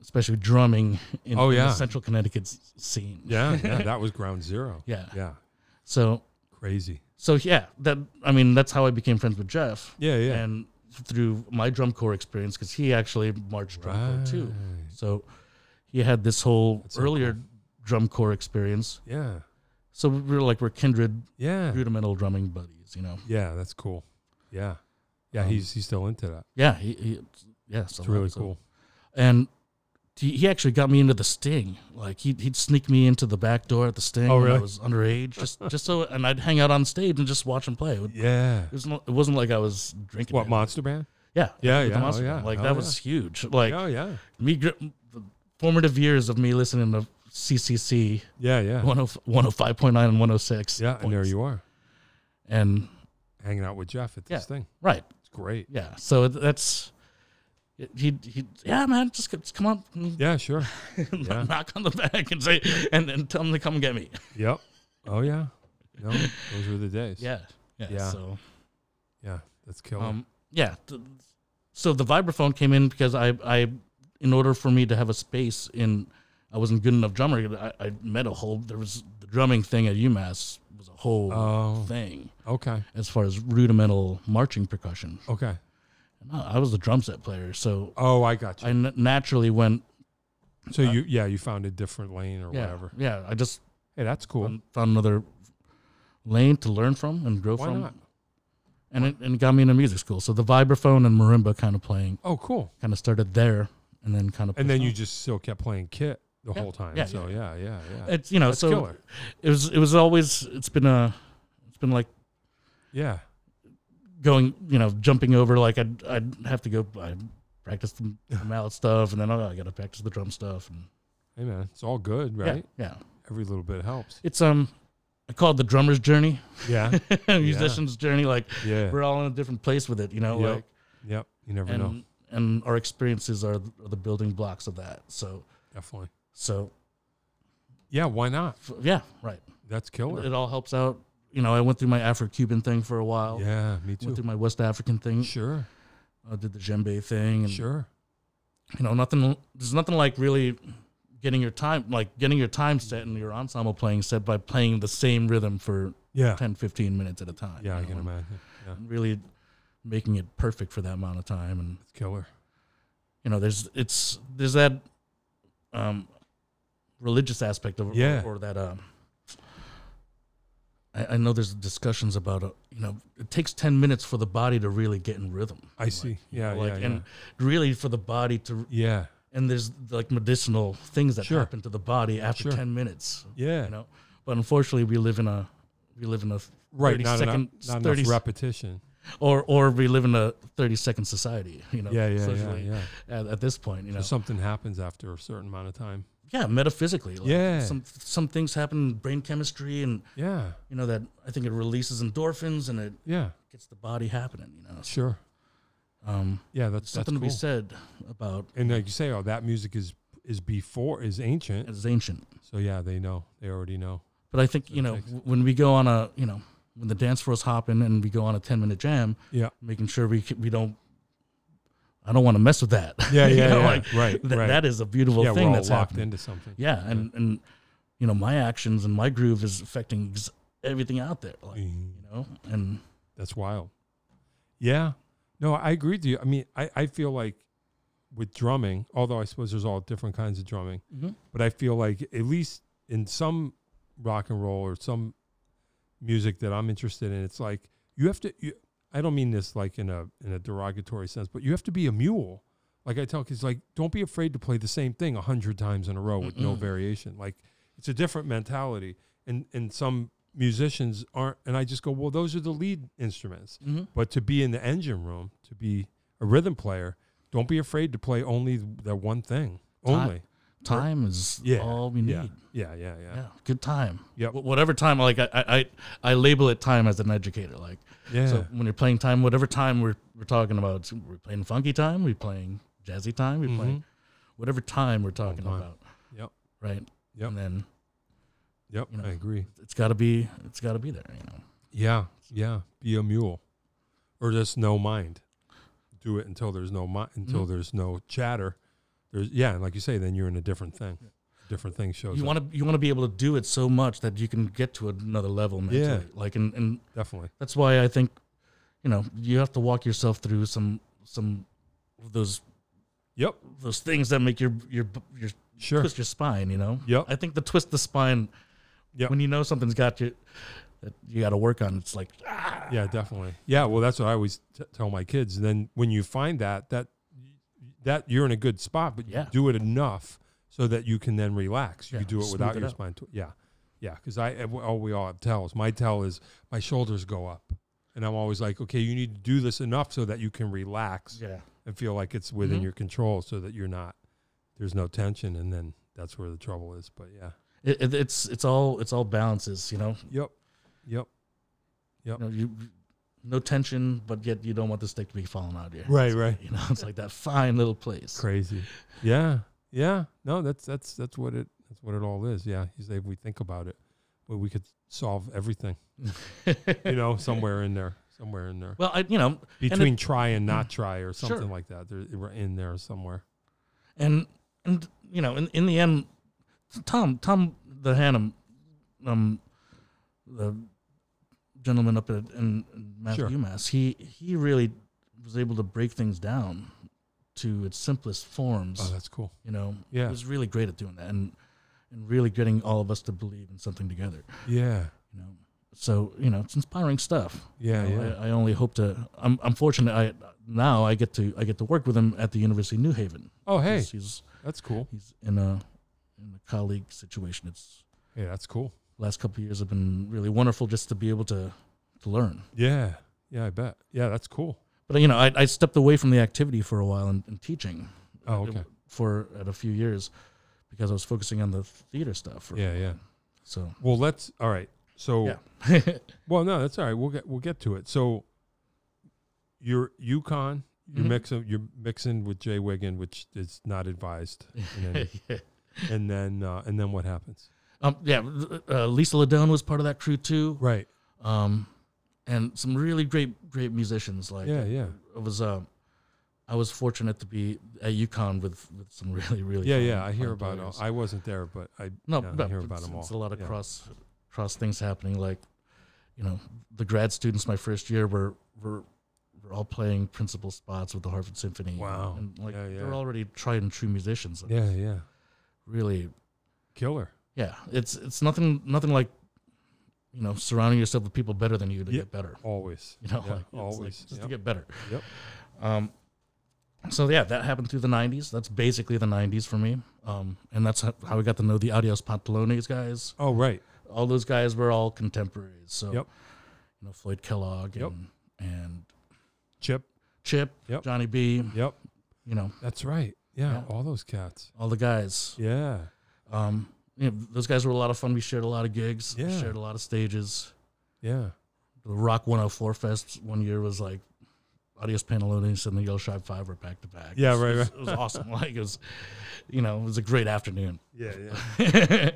[SPEAKER 2] especially drumming in,
[SPEAKER 1] Oh,
[SPEAKER 2] in
[SPEAKER 1] yeah.
[SPEAKER 2] the Central Connecticut s- scene.
[SPEAKER 1] Yeah.
[SPEAKER 2] [LAUGHS]
[SPEAKER 1] Yeah. that was ground zero.
[SPEAKER 2] yeah.
[SPEAKER 1] Yeah.
[SPEAKER 2] So
[SPEAKER 1] Crazy.
[SPEAKER 2] so yeah, that I mean, that's how I became friends with Jeff,
[SPEAKER 1] Yeah. Yeah.
[SPEAKER 2] and through my drum corps experience because he actually marched drum corps too.
[SPEAKER 1] Right.
[SPEAKER 2] So he had this whole
[SPEAKER 1] That's so
[SPEAKER 2] earlier drum corps experience.
[SPEAKER 1] Yeah.
[SPEAKER 2] So we we're like we're kindred,
[SPEAKER 1] Yeah.
[SPEAKER 2] rudimental drumming buddies, you know.
[SPEAKER 1] Yeah. That's cool. Yeah. Yeah.
[SPEAKER 2] Um,
[SPEAKER 1] he's he's still into that.
[SPEAKER 2] Yeah, he, he yeah, so
[SPEAKER 1] It's really
[SPEAKER 2] so-
[SPEAKER 1] cool.
[SPEAKER 2] And he, he actually got me into the Sting. Like he'd, he'd sneak me into the back door at the Sting.
[SPEAKER 1] Oh,
[SPEAKER 2] when
[SPEAKER 1] really?
[SPEAKER 2] I was underage, just just so, and I'd hang out on stage and just watch him play. It, would-
[SPEAKER 1] Yeah.
[SPEAKER 2] it was not, it wasn't like I was drinking.
[SPEAKER 1] What
[SPEAKER 2] it.
[SPEAKER 1] monster band?
[SPEAKER 2] Yeah,
[SPEAKER 1] Yeah,
[SPEAKER 2] with the
[SPEAKER 1] yeah, oh,
[SPEAKER 2] Monster
[SPEAKER 1] yeah,
[SPEAKER 2] Band. Like
[SPEAKER 1] oh,
[SPEAKER 2] that
[SPEAKER 1] yeah.
[SPEAKER 2] was huge. Like
[SPEAKER 1] oh yeah.
[SPEAKER 2] me, gr- the formative years of me listening to CCC
[SPEAKER 1] Yeah. Yeah.
[SPEAKER 2] 105- 105.9 and 106.
[SPEAKER 1] Yeah, and there you are,
[SPEAKER 2] And
[SPEAKER 1] hanging out with Jeff at this
[SPEAKER 2] Yeah.
[SPEAKER 1] thing.
[SPEAKER 2] right,
[SPEAKER 1] It's great.
[SPEAKER 2] yeah. So that's. He, he, yeah, man, just, just come on,
[SPEAKER 1] Yeah,
[SPEAKER 2] [LAUGHS]
[SPEAKER 1] sure. Yeah.
[SPEAKER 2] knock on the back and say and, and tell them to come get me.
[SPEAKER 1] yep. Oh yeah. No, those were the days.
[SPEAKER 2] Yeah. Yeah.
[SPEAKER 1] Yeah.
[SPEAKER 2] So
[SPEAKER 1] Yeah. That's killer.
[SPEAKER 2] um yeah. th- so the vibraphone came in because I I in order for me to have a space in I wasn't good enough drummer. I, I met a whole there was the drumming thing at UMass was a whole
[SPEAKER 1] Oh.
[SPEAKER 2] thing
[SPEAKER 1] okay.
[SPEAKER 2] as far as rudimental marching percussion.
[SPEAKER 1] Okay.
[SPEAKER 2] And I, I was a drum set player, so
[SPEAKER 1] Oh, I got you.
[SPEAKER 2] I n- naturally went
[SPEAKER 1] so you, yeah, you found a different lane or
[SPEAKER 2] yeah,
[SPEAKER 1] whatever.
[SPEAKER 2] Yeah, I just
[SPEAKER 1] Hey, that's cool.
[SPEAKER 2] found, found another lane to learn from and grow
[SPEAKER 1] Why
[SPEAKER 2] from.
[SPEAKER 1] not?
[SPEAKER 2] and it, and it got me into music school. So the vibraphone and marimba kind of playing
[SPEAKER 1] Oh, cool.
[SPEAKER 2] kind of started there, and then kind of
[SPEAKER 1] And then you
[SPEAKER 2] pushed
[SPEAKER 1] just still kept playing kit the
[SPEAKER 2] Yeah,
[SPEAKER 1] whole time.
[SPEAKER 2] yeah,
[SPEAKER 1] so yeah, yeah, yeah.
[SPEAKER 2] on. it's you know
[SPEAKER 1] That's
[SPEAKER 2] so
[SPEAKER 1] killer.
[SPEAKER 2] it was it was always it's been a it's been like
[SPEAKER 1] Yeah.
[SPEAKER 2] going you know jumping over like I'd I'd have to go I practice
[SPEAKER 1] [LAUGHS]
[SPEAKER 2] the mallet stuff and then oh, I got to practice the drum stuff and
[SPEAKER 1] Hey man, it's all good, right?
[SPEAKER 2] yeah, yeah.
[SPEAKER 1] Every little bit
[SPEAKER 2] [LAUGHS]
[SPEAKER 1] helps.
[SPEAKER 2] it's um I call it the drummer's journey, [LAUGHS]
[SPEAKER 1] Yeah.
[SPEAKER 2] musician's journey. Like [LAUGHS]
[SPEAKER 1] yeah.
[SPEAKER 2] we're all in a different place with it, you know.
[SPEAKER 1] Yep.
[SPEAKER 2] Like
[SPEAKER 1] Yep. You never
[SPEAKER 2] and
[SPEAKER 1] know.
[SPEAKER 2] and our experiences are the, are the building blocks of that. So
[SPEAKER 1] Definitely.
[SPEAKER 2] so
[SPEAKER 1] Yeah. Why not?
[SPEAKER 2] f- yeah, right.
[SPEAKER 1] That's killer.
[SPEAKER 2] it all helps out. You know, I went through my Afro-Cuban thing for a while.
[SPEAKER 1] yeah. Me
[SPEAKER 2] Went
[SPEAKER 1] too.
[SPEAKER 2] through my West African thing.
[SPEAKER 1] Sure.
[SPEAKER 2] I did the djembe thing, and
[SPEAKER 1] Sure.
[SPEAKER 2] you know, nothing. There's nothing like really getting your time, like getting your time set and your ensemble playing set by playing the same rhythm for
[SPEAKER 1] Yeah.
[SPEAKER 2] 10, 15 minutes at a time.
[SPEAKER 1] Yeah. I
[SPEAKER 2] you
[SPEAKER 1] can
[SPEAKER 2] know,
[SPEAKER 1] imagine. Yeah.
[SPEAKER 2] and Really making it perfect for that amount of time, and
[SPEAKER 1] It's killer.
[SPEAKER 2] you know, there's it's there's that um, religious aspect of
[SPEAKER 1] Yeah.
[SPEAKER 2] or, or that. Um, I, I know there's discussions about uh, you know it takes ten minutes for the body to really get in rhythm.
[SPEAKER 1] I see. Yeah,
[SPEAKER 2] like
[SPEAKER 1] yeah,
[SPEAKER 2] and really for the body to
[SPEAKER 1] yeah,
[SPEAKER 2] and there's like medicinal things that
[SPEAKER 1] Sure.
[SPEAKER 2] happen to the body after
[SPEAKER 1] Sure.
[SPEAKER 2] ten minutes.
[SPEAKER 1] yeah,
[SPEAKER 2] You know, but unfortunately we live in a we live in a
[SPEAKER 1] right.
[SPEAKER 2] 30
[SPEAKER 1] Not enough,
[SPEAKER 2] second-
[SPEAKER 1] not
[SPEAKER 2] 30
[SPEAKER 1] enough repetition.
[SPEAKER 2] or or we live in a thirty second society. You know,
[SPEAKER 1] Yeah, yeah, yeah,
[SPEAKER 2] socially,
[SPEAKER 1] yeah.
[SPEAKER 2] At, at this point, you know,
[SPEAKER 1] So something happens after a certain amount of time.
[SPEAKER 2] yeah, metaphysically, like,
[SPEAKER 1] Yeah.
[SPEAKER 2] some some things happen in brain chemistry, and
[SPEAKER 1] Yeah,
[SPEAKER 2] you know that I think it releases endorphins and it
[SPEAKER 1] yeah,
[SPEAKER 2] gets the body happening. You know,
[SPEAKER 1] sure.
[SPEAKER 2] um,
[SPEAKER 1] Yeah, that's
[SPEAKER 2] something to
[SPEAKER 1] that's
[SPEAKER 2] be
[SPEAKER 1] cool.
[SPEAKER 2] said about
[SPEAKER 1] And like you say, oh, that music is is before is ancient.
[SPEAKER 2] it's ancient,
[SPEAKER 1] So yeah, they know. They already know.
[SPEAKER 2] but I think you know
[SPEAKER 1] Perfect.
[SPEAKER 2] w- when we go on a you know when the dance floors hopping and we go on a ten minute jam,
[SPEAKER 1] Yeah,
[SPEAKER 2] making sure we c- we don't. I don't want to mess with that.
[SPEAKER 1] yeah,
[SPEAKER 2] [LAUGHS] You
[SPEAKER 1] yeah,
[SPEAKER 2] know,
[SPEAKER 1] yeah.
[SPEAKER 2] like,
[SPEAKER 1] right,
[SPEAKER 2] th-
[SPEAKER 1] right.
[SPEAKER 2] That is a beautiful
[SPEAKER 1] yeah,
[SPEAKER 2] thing
[SPEAKER 1] we're all
[SPEAKER 2] that's
[SPEAKER 1] locked
[SPEAKER 2] happening.
[SPEAKER 1] into something.
[SPEAKER 2] Yeah, and and you know my actions and my groove is affecting ex- everything out there, like, you
[SPEAKER 1] Mhm.
[SPEAKER 2] know. And
[SPEAKER 1] That's wild. Yeah. No, I agree with you. I mean, I, I feel like with drumming, although I suppose there's all different kinds of drumming, but I feel like at least in some rock and roll or some music that I'm interested in, it's like you have to. You, I don't mean this like in a in a derogatory sense, but you have to be a mule. Like I tell kids, like don't be afraid to play the same thing a hundred times in a row with no
[SPEAKER 2] Mm-mm.
[SPEAKER 1] variation. Like it's a different mentality, and and some musicians aren't. And I just go, well, those are the lead instruments.
[SPEAKER 2] Mhm.
[SPEAKER 1] But to be in the engine room, to be a rhythm player, don't be afraid to play only that one thing.
[SPEAKER 2] Time.
[SPEAKER 1] Only.
[SPEAKER 2] time is
[SPEAKER 1] Yeah,
[SPEAKER 2] all we need.
[SPEAKER 1] yeah.
[SPEAKER 2] Yeah.
[SPEAKER 1] Yeah, yeah, yeah.
[SPEAKER 2] good time.
[SPEAKER 1] Yep.
[SPEAKER 2] Wh- whatever time, like I, I, I I label it time as an educator. Like
[SPEAKER 1] Yeah.
[SPEAKER 2] so, when you're playing time, whatever time we're we're talking about, we're playing funky time, we're playing jazzy time, we're playing whatever time we're talking
[SPEAKER 1] time.
[SPEAKER 2] about.
[SPEAKER 1] Mm-hmm. Yep.
[SPEAKER 2] Right.
[SPEAKER 1] Yep.
[SPEAKER 2] And then
[SPEAKER 1] yep,
[SPEAKER 2] you know.
[SPEAKER 1] I agree.
[SPEAKER 2] it's got to be it's got to be there. You know.
[SPEAKER 1] Yeah, yeah. Be a mule, or just no mind. Do it until there's no mi- until
[SPEAKER 2] Mhm.
[SPEAKER 1] there's no chatter. There's yeah, and like you say, then you're in a different thing. Different thing shows.
[SPEAKER 2] You
[SPEAKER 1] up.
[SPEAKER 2] want to you want to be able to do it so much that you can get to another level mentally.
[SPEAKER 1] Yeah.
[SPEAKER 2] Like and and
[SPEAKER 1] definitely.
[SPEAKER 2] that's why I think, you know, you have to walk yourself through some some of those
[SPEAKER 1] Yep.
[SPEAKER 2] those things that make your your your
[SPEAKER 1] Sure.
[SPEAKER 2] twist your spine. You know.
[SPEAKER 1] Yep.
[SPEAKER 2] I think the twist the spine.
[SPEAKER 1] Yep.
[SPEAKER 2] When you know something's got you, that you got to work on. It's like ah,
[SPEAKER 1] Yeah, definitely. Yeah. Well, that's what I always t- tell my kids. And then when you find that that that you're in a good spot, but
[SPEAKER 2] Yeah.
[SPEAKER 1] you do it enough so that you can then relax. You
[SPEAKER 2] Yeah,
[SPEAKER 1] can do it
[SPEAKER 2] smooth
[SPEAKER 1] without
[SPEAKER 2] it
[SPEAKER 1] your
[SPEAKER 2] out.
[SPEAKER 1] spine. tw- yeah. Yeah. Because I all we all have tells. My tell is my shoulders go up, and I'm always like, okay, you need to do this enough so that you can relax.
[SPEAKER 2] yeah.
[SPEAKER 1] and feel like it's within
[SPEAKER 2] Mhm.
[SPEAKER 1] your control so that you're not there's no tension and then that's where the trouble is but yeah
[SPEAKER 2] It, it, it's it's all it's all balances. You know.
[SPEAKER 1] yep yep
[SPEAKER 2] You know you. No tension, but yet you don't want the stick to be falling out here.
[SPEAKER 1] right right
[SPEAKER 2] You know, it's like that fine little place.
[SPEAKER 1] crazy yeah yeah no that's that's that's what it that's what it all is yeah you say if we think about it well, we could solve everything you know somewhere in there somewhere in there
[SPEAKER 2] [LAUGHS] Well, I, you know, it-
[SPEAKER 1] between try and not try or something
[SPEAKER 2] Sure.
[SPEAKER 1] like that There- we're in there somewhere
[SPEAKER 2] and and you know, in, in the end, Tom Tom the Hannum, um, the gentleman up at in, in Mass,
[SPEAKER 1] Sure.
[SPEAKER 2] UMass, he he really was able to break things down to its simplest forms.
[SPEAKER 1] oh that's cool
[SPEAKER 2] you know,
[SPEAKER 1] yeah
[SPEAKER 2] he was really great at doing that, and and really getting all of us to believe in something together.
[SPEAKER 1] yeah
[SPEAKER 2] You know, so you know, it's inspiring stuff.
[SPEAKER 1] yeah
[SPEAKER 2] You know,
[SPEAKER 1] yeah
[SPEAKER 2] I, I only hope to. I'm, I'm fortunate. I now I get to I get to work with him at the University of New Haven.
[SPEAKER 1] oh hey
[SPEAKER 2] he's, he's
[SPEAKER 1] that's cool
[SPEAKER 2] he's in a in a colleague situation. It's
[SPEAKER 1] hey that's cool
[SPEAKER 2] last couple of years have been really wonderful just to be able to to learn.
[SPEAKER 1] yeah yeah i bet yeah that's cool
[SPEAKER 2] But you know, I, I stepped away from the activity for a while and, and teaching
[SPEAKER 1] oh okay
[SPEAKER 2] for at a few years because I was focusing on the theater stuff. For,
[SPEAKER 1] Yeah, yeah.
[SPEAKER 2] So [LAUGHS]
[SPEAKER 1] Well, let's. All right. So,
[SPEAKER 2] yeah,
[SPEAKER 1] well, no, that's all right. We'll get we'll get to it. So, you're UConn. You're
[SPEAKER 2] Mhm.
[SPEAKER 1] mixing. You're mixing with Jay Wiggin, which is not advised. And
[SPEAKER 2] [LAUGHS]
[SPEAKER 1] then, and then, uh, and then what happens?
[SPEAKER 2] um, yeah. Uh, Lisa Ladone was part of that crew too.
[SPEAKER 1] Right.
[SPEAKER 2] um, and some really great great musicians. Like
[SPEAKER 1] Yeah, yeah.
[SPEAKER 2] It was um, I was fortunate to be at UConn with, with some really really
[SPEAKER 1] Yeah,
[SPEAKER 2] fine-
[SPEAKER 1] yeah. I hear
[SPEAKER 2] fine
[SPEAKER 1] about. All,
[SPEAKER 2] players.
[SPEAKER 1] I wasn't there, but
[SPEAKER 2] [LAUGHS]
[SPEAKER 1] I
[SPEAKER 2] no,
[SPEAKER 1] yeah,
[SPEAKER 2] no,
[SPEAKER 1] I hear
[SPEAKER 2] it's-
[SPEAKER 1] about them all.
[SPEAKER 2] It's a lot of
[SPEAKER 1] Yeah.
[SPEAKER 2] cross cross things happening. Like you know, the grad students my first year were were were all playing principal spots with the Harvard Symphony.
[SPEAKER 1] Wow.
[SPEAKER 2] and like
[SPEAKER 1] Yeah, yeah.
[SPEAKER 2] they're already tried and true musicians.
[SPEAKER 1] Yeah, yeah.
[SPEAKER 2] really
[SPEAKER 1] Killer.
[SPEAKER 2] yeah it's it's nothing nothing like you know surrounding yourself with people better than you to
[SPEAKER 1] Yeah.
[SPEAKER 2] get better
[SPEAKER 1] Always.
[SPEAKER 2] you know
[SPEAKER 1] Yeah,
[SPEAKER 2] like, it's like
[SPEAKER 1] always.
[SPEAKER 2] just
[SPEAKER 1] Yep.
[SPEAKER 2] to get better
[SPEAKER 1] Yep.
[SPEAKER 2] um so yeah that happened through the 90s that's basically the 90s for me um and that's how, how we got to know the adios pantalones guys
[SPEAKER 1] Oh, right.
[SPEAKER 2] all those guys were all contemporaries so
[SPEAKER 1] Yep.
[SPEAKER 2] you know floyd kellogg
[SPEAKER 1] Yep.
[SPEAKER 2] and and
[SPEAKER 1] Chip.
[SPEAKER 2] chip
[SPEAKER 1] Yep.
[SPEAKER 2] johnny b
[SPEAKER 1] Yep.
[SPEAKER 2] you know
[SPEAKER 1] That's right. Yeah,
[SPEAKER 2] Yeah.
[SPEAKER 1] All those cats.
[SPEAKER 2] all the guys
[SPEAKER 1] Yeah.
[SPEAKER 2] um you know, those guys were a lot of fun we shared a lot of gigs
[SPEAKER 1] Yeah.
[SPEAKER 2] shared a lot of stages
[SPEAKER 1] Yeah.
[SPEAKER 2] the Rock 104 Fest one year was like Adios Panelones and the Yellow Shot Five were back to back.
[SPEAKER 1] Yeah,
[SPEAKER 2] It was-
[SPEAKER 1] right,
[SPEAKER 2] it was,
[SPEAKER 1] right.
[SPEAKER 2] It was awesome. [LAUGHS] like it was, you know, it was a great afternoon.
[SPEAKER 1] Yeah. Yeah.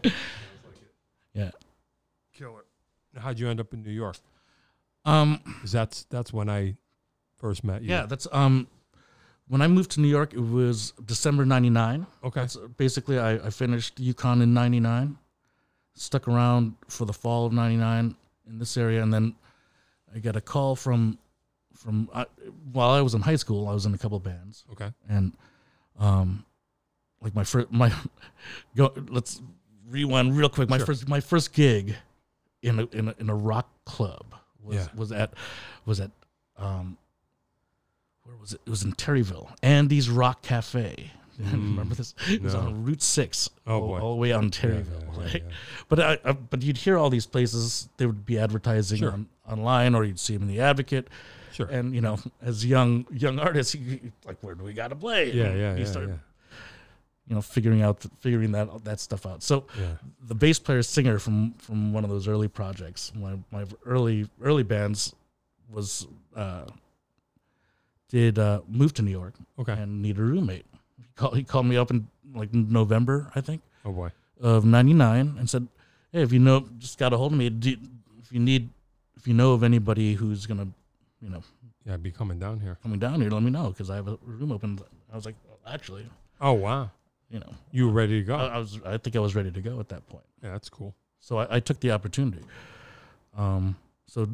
[SPEAKER 2] [LAUGHS] yeah.
[SPEAKER 1] Killer. How'd you end up in New York?
[SPEAKER 2] Um.
[SPEAKER 1] 'Cause that's that's when I first met you.
[SPEAKER 2] Yeah. That's um. When I moved to New York, it was December '99.
[SPEAKER 1] Okay.
[SPEAKER 2] So basically, I, I finished UConn in '99, stuck around for the fall of '99 in this area, and then I got a call from from I, while I was in high school. I was in a couple bands.
[SPEAKER 1] Okay.
[SPEAKER 2] and um like my first my [LAUGHS] go let's rewind real quick my
[SPEAKER 1] Sure.
[SPEAKER 2] first my first gig in a, in a in a rock club was
[SPEAKER 1] Yeah.
[SPEAKER 2] was at was at um where was it it was in Terryville Andy's Rock Cafe [LAUGHS] remember this it was
[SPEAKER 1] Mm. no.
[SPEAKER 2] on Route 6
[SPEAKER 1] Oh,
[SPEAKER 2] all,
[SPEAKER 1] boy.
[SPEAKER 2] all the way out in
[SPEAKER 1] Yeah, yeah,
[SPEAKER 2] Terryville
[SPEAKER 1] yeah,
[SPEAKER 2] like,
[SPEAKER 1] yeah.
[SPEAKER 2] but I, I, but you'd hear all these places they would be advertising
[SPEAKER 1] Sure.
[SPEAKER 2] on, online or you'd see them in the advocate
[SPEAKER 1] Sure.
[SPEAKER 2] and you know, as young young artists, you, you- like where do we got to play?
[SPEAKER 1] yeah.
[SPEAKER 2] And
[SPEAKER 1] Yeah.
[SPEAKER 2] You
[SPEAKER 1] Yeah.
[SPEAKER 2] start,
[SPEAKER 1] yeah.
[SPEAKER 2] you know, figuring out figuring that that stuff out. So
[SPEAKER 1] Yeah.
[SPEAKER 2] the bass player singer from from one of those early projects, my my early early bands, was uh, did uh, move to New York
[SPEAKER 1] Okay.
[SPEAKER 2] and needed a roommate. He called he called me up in like November, I think
[SPEAKER 1] oh boy.
[SPEAKER 2] of 99 and said, Hey, if you know, just got a hold of me. Do, if you need, if you know of anybody who's going to, you know,
[SPEAKER 1] Yeah. I'd be coming down here.
[SPEAKER 2] coming down here, let me know because I have a room open. I was like, "Well, Actually,
[SPEAKER 1] Oh wow.
[SPEAKER 2] you know,
[SPEAKER 1] You were ready to go.
[SPEAKER 2] I, I was, I think I was ready to go at that point.
[SPEAKER 1] yeah. That's cool.
[SPEAKER 2] So I, I took the opportunity. Um, so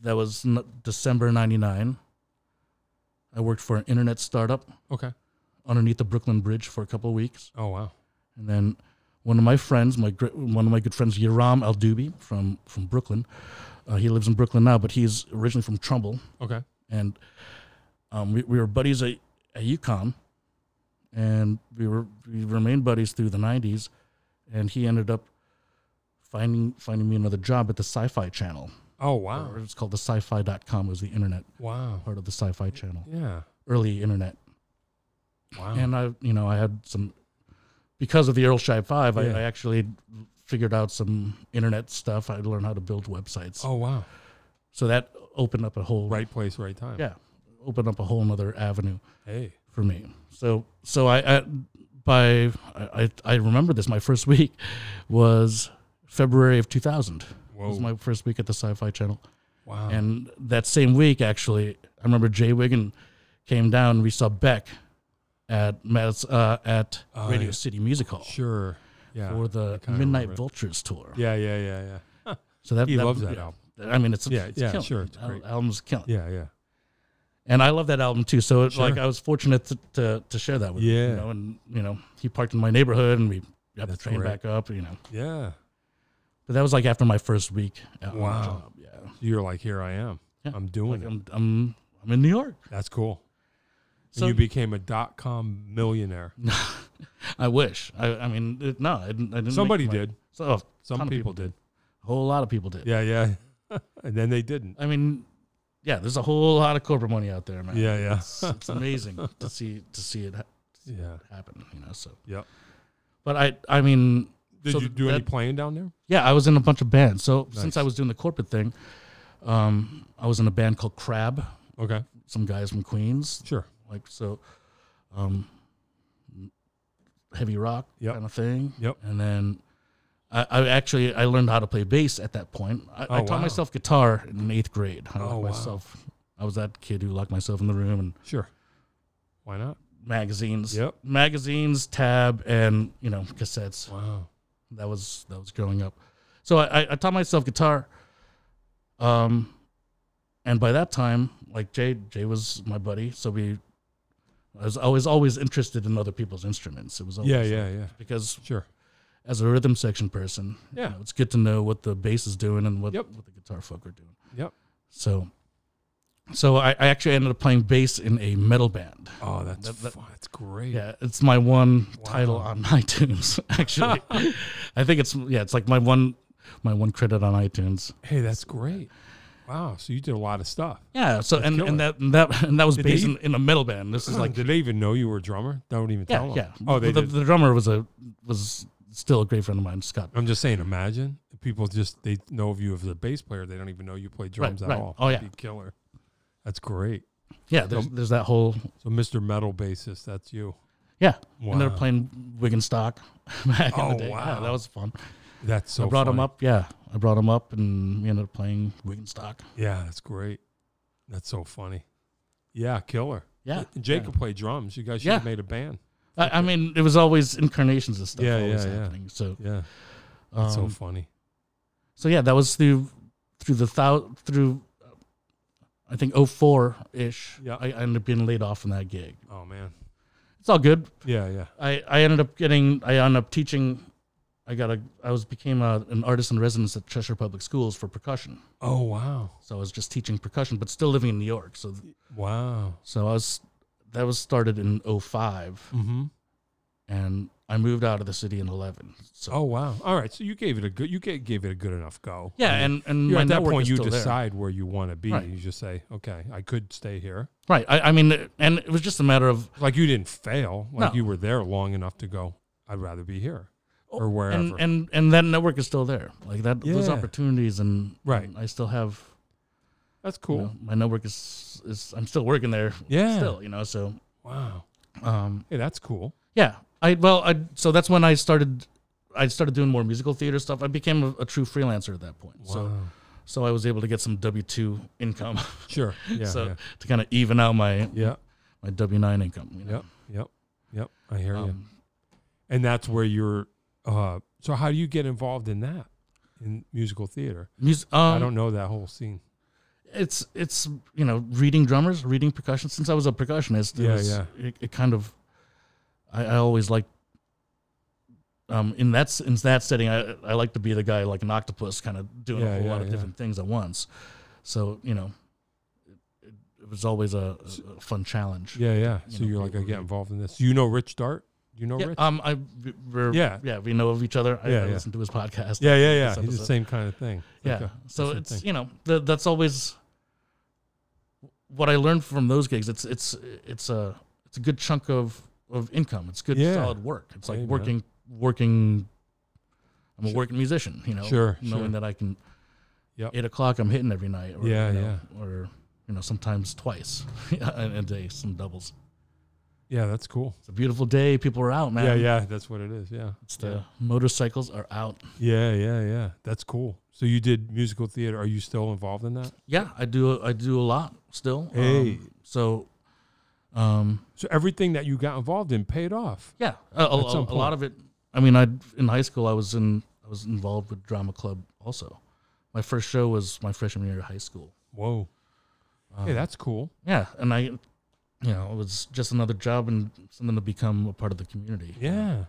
[SPEAKER 2] that was n- December 99. I worked for an internet startup
[SPEAKER 1] Okay.
[SPEAKER 2] underneath the Brooklyn Bridge for a couple of weeks.
[SPEAKER 1] Oh wow.
[SPEAKER 2] And then one of my friends, my gr- one of my good friends, Yaram Al Dubi from from Brooklyn. Uh, he lives in Brooklyn now, but he's originally from Trumbull,
[SPEAKER 1] Okay.
[SPEAKER 2] and um, we, we were buddies at, at UConn, and we were we remained buddies through the '90s, and he ended up finding finding me another job at the Sci-Fi Channel.
[SPEAKER 1] Oh
[SPEAKER 2] Or
[SPEAKER 1] wow.
[SPEAKER 2] it's called the Sci-Fi.com. It was the internet
[SPEAKER 1] Wow.
[SPEAKER 2] part of the Sci-Fi Channel,
[SPEAKER 1] Yeah.
[SPEAKER 2] early internet.
[SPEAKER 1] Wow.
[SPEAKER 2] and I, you know, I had some because of the Earl Shy Five.
[SPEAKER 1] Yeah.
[SPEAKER 2] I, I actually figured out some internet stuff. I learned how to build websites,
[SPEAKER 1] oh wow.
[SPEAKER 2] so that opened up a whole
[SPEAKER 1] Right place, right time.
[SPEAKER 2] Yeah, opened up a whole other avenue
[SPEAKER 1] Hey.
[SPEAKER 2] for me. So, so I, I by I, I- I remember this. My first week was February of two thousand.
[SPEAKER 1] Whoa.
[SPEAKER 2] was my first week at the Sci-Fi Channel.
[SPEAKER 1] wow.
[SPEAKER 2] And that same week, actually, I remember Jay Wiggin came down. We saw Beck at Madis- uh, at
[SPEAKER 1] Oh,
[SPEAKER 2] Radio
[SPEAKER 1] yeah.
[SPEAKER 2] City Music Hall
[SPEAKER 1] sure. Yeah.
[SPEAKER 2] for the
[SPEAKER 1] kinda
[SPEAKER 2] Midnight
[SPEAKER 1] remember.
[SPEAKER 2] Vultures tour.
[SPEAKER 1] Yeah. Yeah. Yeah. Yeah.
[SPEAKER 2] So that
[SPEAKER 1] He loves that
[SPEAKER 2] yeah.
[SPEAKER 1] album.
[SPEAKER 2] I mean, it's
[SPEAKER 1] Yeah,
[SPEAKER 2] it's
[SPEAKER 1] yeah,
[SPEAKER 2] killing.
[SPEAKER 1] sure, it's
[SPEAKER 2] Al-
[SPEAKER 1] great.
[SPEAKER 2] album's killing.
[SPEAKER 1] Yeah. Yeah.
[SPEAKER 2] And I love that album too. So it's
[SPEAKER 1] Sure.
[SPEAKER 2] like I was fortunate to, to, to share that with him.
[SPEAKER 1] Yeah.
[SPEAKER 2] You know, and you know he parked in my neighborhood, and we got the
[SPEAKER 1] That's
[SPEAKER 2] train
[SPEAKER 1] great.
[SPEAKER 2] back up. You know,
[SPEAKER 1] Yeah.
[SPEAKER 2] but that was like after my first week. at my
[SPEAKER 1] Wow.
[SPEAKER 2] job, Yeah.
[SPEAKER 1] You're like, here I am.
[SPEAKER 2] Yeah.
[SPEAKER 1] I'm doing
[SPEAKER 2] Like
[SPEAKER 1] it.
[SPEAKER 2] I'm I'm I'm in New York.
[SPEAKER 1] That's cool.
[SPEAKER 2] So
[SPEAKER 1] and you became a dot com millionaire.
[SPEAKER 2] I wish. I, I mean, it, no, I didn't. I didn't make
[SPEAKER 1] Somebody
[SPEAKER 2] my-
[SPEAKER 1] did.
[SPEAKER 2] So a
[SPEAKER 1] Some
[SPEAKER 2] ton of
[SPEAKER 1] people, did.
[SPEAKER 2] A whole lot of people did.
[SPEAKER 1] Yeah, yeah. [LAUGHS] and then they didn't.
[SPEAKER 2] I mean, yeah, there's a whole lot of corporate money out there, man.
[SPEAKER 1] Yeah, yeah.
[SPEAKER 2] It's, it's amazing to see to see it ha-
[SPEAKER 1] Yeah.
[SPEAKER 2] happen, you know. So,
[SPEAKER 1] Yep.
[SPEAKER 2] but I I mean,
[SPEAKER 1] Did
[SPEAKER 2] so
[SPEAKER 1] you do
[SPEAKER 2] that-
[SPEAKER 1] any playing down there?
[SPEAKER 2] Yeah, I was in a bunch of bands. So
[SPEAKER 1] Nice.
[SPEAKER 2] since I was doing the corporate thing, um, I was in a band called Crab.
[SPEAKER 1] Okay.
[SPEAKER 2] Some guys from Queens,
[SPEAKER 1] Sure.
[SPEAKER 2] like so, um, heavy rock
[SPEAKER 1] Yep.
[SPEAKER 2] kind of thing.
[SPEAKER 1] Yep.
[SPEAKER 2] And then I, I actually I learned how to play bass at that point. I, I
[SPEAKER 1] Oh,
[SPEAKER 2] taught
[SPEAKER 1] wow.
[SPEAKER 2] myself guitar in eighth grade. I
[SPEAKER 1] Oh,
[SPEAKER 2] locked
[SPEAKER 1] wow.
[SPEAKER 2] myself. I was that kid who locked myself in the room and
[SPEAKER 1] Sure. Why not?
[SPEAKER 2] magazines,
[SPEAKER 1] Yep.
[SPEAKER 2] magazines, tab, and you know cassettes.
[SPEAKER 1] Wow.
[SPEAKER 2] That was that was growing up. So I, I, I taught myself guitar. Um, and by that time, like Jay, Jay was my buddy, so we I was always always interested in other people's instruments. It was always
[SPEAKER 1] Yeah, yeah, yeah.
[SPEAKER 2] because
[SPEAKER 1] Sure.
[SPEAKER 2] as a rhythm section person, you
[SPEAKER 1] Yeah.
[SPEAKER 2] know, it's good to know what the bass is doing and what,
[SPEAKER 1] Yep.
[SPEAKER 2] what the guitar folk are doing.
[SPEAKER 1] Yep.
[SPEAKER 2] So, so I, I actually ended up playing bass in a metal band.
[SPEAKER 1] Oh, that's
[SPEAKER 2] That- that-
[SPEAKER 1] fu- that's great.
[SPEAKER 2] Yeah, it's my one
[SPEAKER 1] Wow.
[SPEAKER 2] title on [LAUGHS] iTunes.
[SPEAKER 1] [LAUGHS]
[SPEAKER 2] Actually, I think it's yeah, it's like my one my one credit on iTunes.
[SPEAKER 1] Hey, that's great. Wow. So you did a lot of stuff.
[SPEAKER 2] Yeah. So and,
[SPEAKER 1] killer.
[SPEAKER 2] and that and that and that was
[SPEAKER 1] Did
[SPEAKER 2] based
[SPEAKER 1] they-
[SPEAKER 2] in, in a metal band. This is like
[SPEAKER 1] Like, did they even know you were a drummer? They don't even [CLEARS THROAT]
[SPEAKER 2] yeah
[SPEAKER 1] tell
[SPEAKER 2] yeah.
[SPEAKER 1] them. Oh, they
[SPEAKER 2] the,
[SPEAKER 1] did.
[SPEAKER 2] the drummer was a was still a great friend of mine, Scott.
[SPEAKER 1] I'm just saying. Imagine if people just they know of you as a bass player. They don't even know you play drums at
[SPEAKER 2] right.
[SPEAKER 1] all.
[SPEAKER 2] Oh,
[SPEAKER 1] That'd
[SPEAKER 2] yeah.
[SPEAKER 1] be killer. That's great.
[SPEAKER 2] Yeah, there's there's that whole
[SPEAKER 1] So Mr. Metal bassist, that's you.
[SPEAKER 2] yeah. And they're
[SPEAKER 1] Wow.
[SPEAKER 2] playing Wiggenstock [LAUGHS] back in
[SPEAKER 1] Oh,
[SPEAKER 2] the day. Yeah,
[SPEAKER 1] wow.
[SPEAKER 2] that was fun.
[SPEAKER 1] That's so.
[SPEAKER 2] I brought him
[SPEAKER 1] funny.
[SPEAKER 2] up. Yeah, I brought him up, and we ended up playing Wiggenstock.
[SPEAKER 1] Yeah, that's great. That's so funny. Yeah, killer.
[SPEAKER 2] Yeah,
[SPEAKER 1] And Jacob played drums. You guys should
[SPEAKER 2] Yeah.
[SPEAKER 1] have made a band.
[SPEAKER 2] I, I mean, it was always incarnations of stuff
[SPEAKER 1] Yeah,
[SPEAKER 2] always
[SPEAKER 1] yeah, yeah.
[SPEAKER 2] happening. So,
[SPEAKER 1] Yeah,
[SPEAKER 2] um,
[SPEAKER 1] that's so
[SPEAKER 2] so,
[SPEAKER 1] funny.
[SPEAKER 2] yeah, that was through through the thou through. uh, I think 04 ish.
[SPEAKER 1] Yeah.
[SPEAKER 2] I, I ended up being laid off from that gig.
[SPEAKER 1] Oh man.
[SPEAKER 2] It's all good.
[SPEAKER 1] Yeah, yeah.
[SPEAKER 2] I, I ended up getting I ended up teaching. I got a I was became a, an artist in residence at Cheshire Public Schools for percussion.
[SPEAKER 1] Oh wow,
[SPEAKER 2] So I was just teaching percussion, but still living in New York. So
[SPEAKER 1] wow.
[SPEAKER 2] so I was that was started in 05
[SPEAKER 1] Mm-hmm.
[SPEAKER 2] and I moved out of the city in 11. So
[SPEAKER 1] Oh wow. All right. So you gave it a good. You ga- gave it a good enough go.
[SPEAKER 2] yeah,
[SPEAKER 1] I mean,
[SPEAKER 2] and and
[SPEAKER 1] you're
[SPEAKER 2] my
[SPEAKER 1] at that
[SPEAKER 2] network
[SPEAKER 1] point
[SPEAKER 2] is
[SPEAKER 1] you
[SPEAKER 2] still there.
[SPEAKER 1] decide where you want to be.
[SPEAKER 2] Right.
[SPEAKER 1] You just say, okay, I could stay here.
[SPEAKER 2] Right. I, I mean, and it was just a matter of
[SPEAKER 1] Like you didn't fail. Like
[SPEAKER 2] No.
[SPEAKER 1] you were there long enough to go. I'd rather be here or wherever.
[SPEAKER 2] Oh, and and and that network is still there. Like that, those
[SPEAKER 1] Yeah.
[SPEAKER 2] opportunities, and
[SPEAKER 1] Right.
[SPEAKER 2] and I still have.
[SPEAKER 1] that's
[SPEAKER 2] you
[SPEAKER 1] cool.
[SPEAKER 2] know, my network is is I'm still working there.
[SPEAKER 1] Yeah.
[SPEAKER 2] Still, you know. So,
[SPEAKER 1] Wow.
[SPEAKER 2] um,
[SPEAKER 1] Hey, that's cool.
[SPEAKER 2] yeah. I well, I so that's when I started. I started doing more musical theater stuff. I became a, a true freelancer at that point. So,
[SPEAKER 1] Wow.
[SPEAKER 2] so I was able to get some W two income. [LAUGHS]
[SPEAKER 1] sure. Yeah.
[SPEAKER 2] so
[SPEAKER 1] yeah.
[SPEAKER 2] to kind of even out my
[SPEAKER 1] Yeah.
[SPEAKER 2] my W nine income. You know?
[SPEAKER 1] Yep. Yep. Yep. I hear you.
[SPEAKER 2] Um,
[SPEAKER 1] And that's where you're. Uh, so how do you get involved in that in musical theater?
[SPEAKER 2] mus-
[SPEAKER 1] I
[SPEAKER 2] um,
[SPEAKER 1] don't know that whole scene.
[SPEAKER 2] it's it's you know reading drummers reading percussion since i was a percussionist it
[SPEAKER 1] Yeah,
[SPEAKER 2] was-
[SPEAKER 1] yeah.
[SPEAKER 2] It, it kind of i, I always like um in that s- in that setting i i like to be the guy like an octopus kind of doing
[SPEAKER 1] Yeah,
[SPEAKER 2] a whole
[SPEAKER 1] yeah,
[SPEAKER 2] lot of
[SPEAKER 1] yeah.
[SPEAKER 2] different things at once so you know it, it was always a, a- a fun challenge
[SPEAKER 1] Yeah, yeah.
[SPEAKER 2] you
[SPEAKER 1] So
[SPEAKER 2] know,
[SPEAKER 1] you're like, I
[SPEAKER 2] people
[SPEAKER 1] get
[SPEAKER 2] who-
[SPEAKER 1] involved in this. You know Rich Dart? You know
[SPEAKER 2] Yeah,
[SPEAKER 1] Rich?
[SPEAKER 2] um i we're,
[SPEAKER 1] Yeah.
[SPEAKER 2] yeah we know of each other i,
[SPEAKER 1] Yeah,
[SPEAKER 2] I
[SPEAKER 1] yeah.
[SPEAKER 2] listen to his podcast
[SPEAKER 1] Yeah, yeah, yeah.
[SPEAKER 2] this
[SPEAKER 1] He's the
[SPEAKER 2] episode.
[SPEAKER 1] same kind of thing.
[SPEAKER 2] Yeah.
[SPEAKER 1] Okay.
[SPEAKER 2] So
[SPEAKER 1] Same
[SPEAKER 2] it's
[SPEAKER 1] thing.
[SPEAKER 2] you know th- that's always what I learned from those gigs. It's it's it's a it's a good chunk of of income. It's good
[SPEAKER 1] Yeah.
[SPEAKER 2] solid work. It's like
[SPEAKER 1] Hey, man.
[SPEAKER 2] working working. I'm
[SPEAKER 1] Sure.
[SPEAKER 2] a working musician, you know.
[SPEAKER 1] Sure,
[SPEAKER 2] Knowing
[SPEAKER 1] sure.
[SPEAKER 2] that I can.
[SPEAKER 1] Yep.
[SPEAKER 2] Eight o'clock, I'm hitting every night. Or,
[SPEAKER 1] Yeah,
[SPEAKER 2] you know, Or you know, sometimes twice [LAUGHS] in a day, some doubles.
[SPEAKER 1] Yeah, that's cool.
[SPEAKER 2] It's a beautiful day. People are out, man.
[SPEAKER 1] Yeah, yeah. That's what it is. Yeah.
[SPEAKER 2] It's the motorcycles are out.
[SPEAKER 1] yeah, yeah, yeah. That's cool. So you did musical theater. Are you still involved in that?
[SPEAKER 2] Yeah, I do. I do a lot still.
[SPEAKER 1] Hey.
[SPEAKER 2] Um, so, um,
[SPEAKER 1] So everything that you got involved in paid off.
[SPEAKER 2] Yeah, a, a,
[SPEAKER 1] At some
[SPEAKER 2] a- a lot of it. I mean, I in high school I was in I was involved with drama club also. My first show was my freshman year of high school. Um,
[SPEAKER 1] Whoa. hey,
[SPEAKER 2] Uh,
[SPEAKER 1] that's cool.
[SPEAKER 2] Yeah, and I, you know, it was just another job and something to become a part of the community.
[SPEAKER 1] Yeah.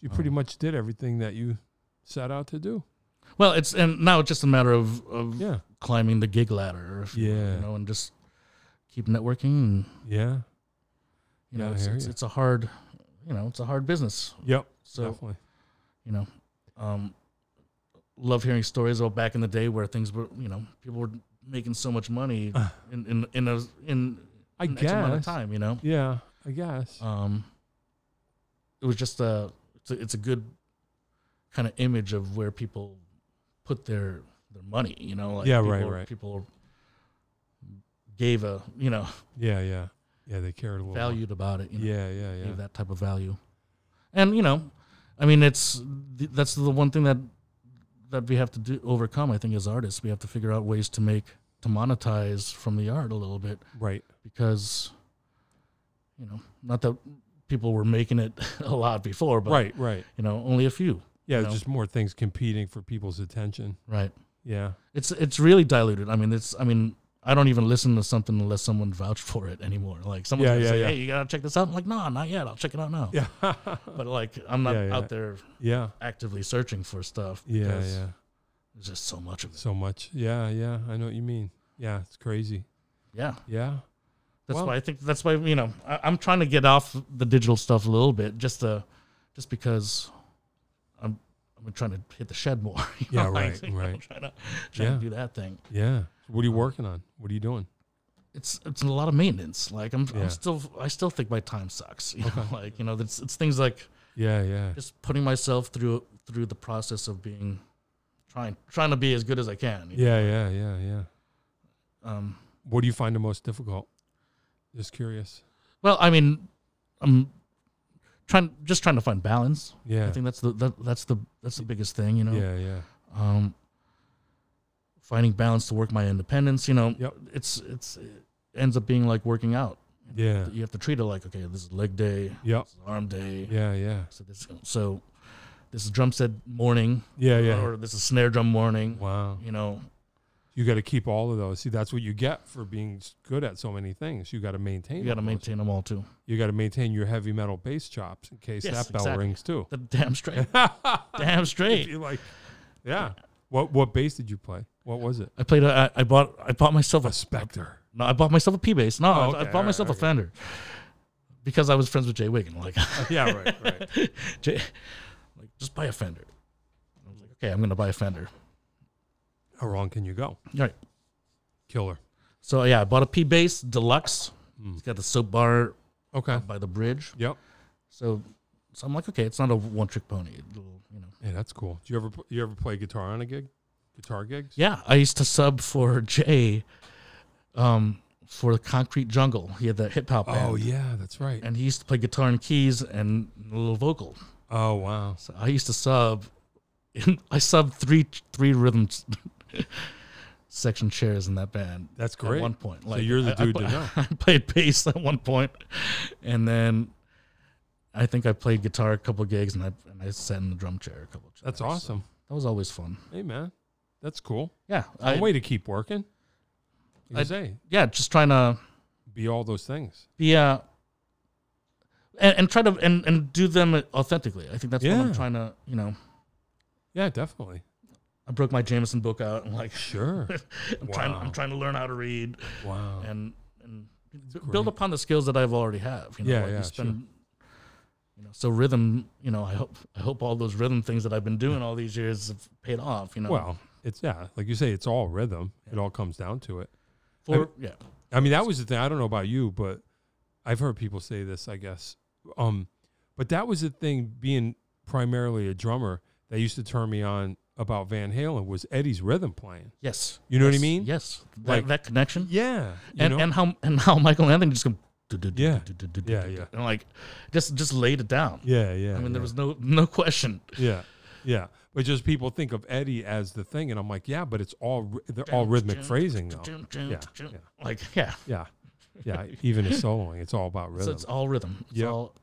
[SPEAKER 1] You pretty
[SPEAKER 2] Um,
[SPEAKER 1] much did everything that you set out to do.
[SPEAKER 2] Well, it's and now it's just a matter of of
[SPEAKER 1] Yeah.
[SPEAKER 2] climbing the gig ladder, if you-
[SPEAKER 1] Yeah.
[SPEAKER 2] you know, and just keep networking. And,
[SPEAKER 1] Yeah.
[SPEAKER 2] you
[SPEAKER 1] Yeah, I
[SPEAKER 2] know, it's,
[SPEAKER 1] hear
[SPEAKER 2] it's,
[SPEAKER 1] ya.
[SPEAKER 2] it's a hard, you know, it's a hard business.
[SPEAKER 1] Yep.
[SPEAKER 2] So
[SPEAKER 1] definitely.
[SPEAKER 2] you know, um, love hearing stories about back in the day where things were, you know, people were making so much
[SPEAKER 1] [SIGHS]
[SPEAKER 2] money in in in a in
[SPEAKER 1] I
[SPEAKER 2] an X amount
[SPEAKER 1] guess.
[SPEAKER 2] of time, you know.
[SPEAKER 1] Yeah, I guess.
[SPEAKER 2] Um, it was just a it's a, it's a good kind of image of where people put their their money, you know. Like
[SPEAKER 1] Yeah,
[SPEAKER 2] people,
[SPEAKER 1] right, right.
[SPEAKER 2] People gave a you know
[SPEAKER 1] yeah, yeah. Yeah, they cared a little. more.
[SPEAKER 2] valued about it. You know?
[SPEAKER 1] Yeah, yeah, yeah.
[SPEAKER 2] gave that type of value. And you know, I mean, it's th- that's the one thing that that we have to do overcome. I think as artists, we have to figure out ways to make to monetize from the art a little bit
[SPEAKER 1] Right.
[SPEAKER 2] because you know, not that people were making it [LAUGHS] a lot before, but
[SPEAKER 1] right, right.
[SPEAKER 2] you know, only a few,
[SPEAKER 1] Yeah,
[SPEAKER 2] you know?
[SPEAKER 1] just more things competing for people's attention.
[SPEAKER 2] right?
[SPEAKER 1] Yeah.
[SPEAKER 2] It's it's really diluted. I mean, it's I mean, I don't even listen to something unless someone vouched for it anymore. Like someone's
[SPEAKER 1] Yeah,
[SPEAKER 2] gonna
[SPEAKER 1] yeah,
[SPEAKER 2] say,
[SPEAKER 1] yeah.
[SPEAKER 2] "Hey, you gotta check this out." I'm like, "No, not yet. I'll check it out now."
[SPEAKER 1] Yeah. [LAUGHS]
[SPEAKER 2] But like, I'm not
[SPEAKER 1] Yeah, yeah.
[SPEAKER 2] out there
[SPEAKER 1] yeah.
[SPEAKER 2] actively searching for stuff.
[SPEAKER 1] Yeah.
[SPEAKER 2] because
[SPEAKER 1] Yeah.
[SPEAKER 2] There's just so much of it.
[SPEAKER 1] So much. Yeah. Yeah. I know what you mean. Yeah. It's crazy.
[SPEAKER 2] Yeah.
[SPEAKER 1] Yeah.
[SPEAKER 2] That's
[SPEAKER 1] Well-
[SPEAKER 2] why I think that's why you know I, I'm trying to get off the digital stuff a little bit, just to, just because I'm I'm trying to hit the shed more. [LAUGHS] you
[SPEAKER 1] Yeah,
[SPEAKER 2] know, like,
[SPEAKER 1] right,
[SPEAKER 2] you know,
[SPEAKER 1] right.
[SPEAKER 2] Trying to trying
[SPEAKER 1] Yeah.
[SPEAKER 2] to do that thing.
[SPEAKER 1] Yeah. What are you working on? What are you doing?
[SPEAKER 2] It's it's a lot of maintenance. Like I'm,
[SPEAKER 1] Yeah.
[SPEAKER 2] I'm still I still think my time sucks. [LAUGHS] You know, like you know it's it's things like
[SPEAKER 1] Yeah. Yeah.
[SPEAKER 2] just putting myself through through the process of being trying trying to be as good as I can. you know?
[SPEAKER 1] Yeah. Yeah. Yeah. Yeah.
[SPEAKER 2] Um,
[SPEAKER 1] What do you find the most difficult? Just curious.
[SPEAKER 2] well, I mean, I'm trying just trying to find balance.
[SPEAKER 1] Yeah.
[SPEAKER 2] I think that's the that, that's the that's the biggest thing, you know.
[SPEAKER 1] Yeah. Yeah.
[SPEAKER 2] Um, finding balance to work my independence, you know.
[SPEAKER 1] Yep.
[SPEAKER 2] It's it's it ends up being like working out.
[SPEAKER 1] Yeah.
[SPEAKER 2] You have to treat it like okay, this is leg day,
[SPEAKER 1] Yep.
[SPEAKER 2] this is arm day.
[SPEAKER 1] Yeah. Yeah.
[SPEAKER 2] So this so this is drum set morning,
[SPEAKER 1] Yeah. Yeah.
[SPEAKER 2] or this is snare drum morning.
[SPEAKER 1] Wow.
[SPEAKER 2] You know,
[SPEAKER 1] You got to keep all of those. See, that's what you get for being s- good at so many things. You got to maintain.
[SPEAKER 2] you got to
[SPEAKER 1] all those.
[SPEAKER 2] maintain them all too.
[SPEAKER 1] You got to maintain your heavy metal bass chops in case
[SPEAKER 2] Yes,
[SPEAKER 1] that bell
[SPEAKER 2] exactly.
[SPEAKER 1] rings too.
[SPEAKER 2] The
[SPEAKER 1] [LAUGHS]
[SPEAKER 2] damn straight, damn straight.
[SPEAKER 1] You're like, yeah. What what bass did you play? What was it?
[SPEAKER 2] I played. A, I I bought. I bought myself a
[SPEAKER 1] A
[SPEAKER 2] [LAUGHS]
[SPEAKER 1] Spectre.
[SPEAKER 2] No, I bought myself a P bass. No, I-
[SPEAKER 1] Oh, okay,
[SPEAKER 2] I,
[SPEAKER 1] all
[SPEAKER 2] bought
[SPEAKER 1] right,
[SPEAKER 2] myself
[SPEAKER 1] okay.
[SPEAKER 2] a Fender because I was friends with Jay Wiggin. Like, [LAUGHS]
[SPEAKER 1] yeah. Right. Right.
[SPEAKER 2] Jay, like just buy a Fender. I was like, okay, I'm gonna buy a Fender.
[SPEAKER 1] [LAUGHS] How wrong can you go?
[SPEAKER 2] All right.
[SPEAKER 1] Killer.
[SPEAKER 2] So yeah, I bought a P bass deluxe.
[SPEAKER 1] Hmm.
[SPEAKER 2] It's got the soap bar
[SPEAKER 1] Okay.
[SPEAKER 2] by the bridge.
[SPEAKER 1] Yep.
[SPEAKER 2] So, so I'm like, okay, it's not a one trick pony. It'll, you know.
[SPEAKER 1] Yeah, that's cool. Do you ever pl- you ever play guitar on a gig? Guitar gigs?
[SPEAKER 2] Yeah, I used to sub for [LAUGHS] Jay, um, for the Concrete Jungle. He had the hip hop band.
[SPEAKER 1] Oh yeah, that's right.
[SPEAKER 2] And he used to play guitar and keys and a little vocal.
[SPEAKER 1] Oh wow.
[SPEAKER 2] So I used to sub. [LAUGHS] I subbed three three rhythm s- [LAUGHS] section chairs in that band.
[SPEAKER 1] That's great.
[SPEAKER 2] At one point,
[SPEAKER 1] So you're the
[SPEAKER 2] I- I
[SPEAKER 1] dude to
[SPEAKER 2] pla-
[SPEAKER 1] know.
[SPEAKER 2] [LAUGHS] I played bass at one point, and then I think I played guitar a couple gigs, and I and I sat in the drum chair a couple.
[SPEAKER 1] That's
[SPEAKER 2] times.
[SPEAKER 1] awesome.
[SPEAKER 2] That was always fun.
[SPEAKER 1] Hey man, that's cool.
[SPEAKER 2] Yeah.
[SPEAKER 1] One
[SPEAKER 2] I,
[SPEAKER 1] way to keep working. You
[SPEAKER 2] I-
[SPEAKER 1] say
[SPEAKER 2] yeah, just trying to
[SPEAKER 1] be all those things.
[SPEAKER 2] be uh, and, and try to and, and do them authentically. I think that's what
[SPEAKER 1] Yeah.
[SPEAKER 2] I'm trying to. You know,
[SPEAKER 1] Yeah, definitely.
[SPEAKER 2] I broke my Jameson book out and like [LAUGHS]
[SPEAKER 1] Sure.
[SPEAKER 2] I'm trying.
[SPEAKER 1] Wow.
[SPEAKER 2] I'm trying to learn how to read.
[SPEAKER 1] wow.
[SPEAKER 2] and and b- build upon the skills that I've already have. You know,
[SPEAKER 1] Yeah,
[SPEAKER 2] like
[SPEAKER 1] yeah,
[SPEAKER 2] you spend, You know, so rhythm. You know, I hope I hope all those rhythm things that I've been doing all these years have paid off. You know,
[SPEAKER 1] Well, it's yeah, like you say, it's all rhythm. It all comes down to it.
[SPEAKER 2] for yeah,
[SPEAKER 1] I mean, that was the thing. I don't know about you, but I've heard people say this. I guess, um, but that was the thing. Being primarily a drummer, that used to turn me on about Van Halen was Eddie's rhythm playing.
[SPEAKER 2] yes,
[SPEAKER 1] You know what I
[SPEAKER 2] yes,
[SPEAKER 1] mean?
[SPEAKER 2] Yes, that,
[SPEAKER 1] Like-
[SPEAKER 2] that connection.
[SPEAKER 1] Yeah, you
[SPEAKER 2] and
[SPEAKER 1] know?
[SPEAKER 2] and how and how Michael Anthony just go. do, do, do,
[SPEAKER 1] Yeah.
[SPEAKER 2] do, do, do, do,
[SPEAKER 1] Yeah,
[SPEAKER 2] do,
[SPEAKER 1] yeah.
[SPEAKER 2] and like just just laid it down.
[SPEAKER 1] yeah, yeah.
[SPEAKER 2] I mean,
[SPEAKER 1] yeah.
[SPEAKER 2] there was no no question.
[SPEAKER 1] yeah, yeah. But just people think of Eddie as the thing, and I'm like, yeah, but it's all ry- they're all rhythmic phrasing though. Yeah, yeah.
[SPEAKER 2] Like yeah,
[SPEAKER 1] Yeah, yeah.
[SPEAKER 2] [LAUGHS]
[SPEAKER 1] Even his soloing, it's all about
[SPEAKER 2] so
[SPEAKER 1] rhythm.
[SPEAKER 2] it's all rhythm. It's
[SPEAKER 1] Yep.
[SPEAKER 2] all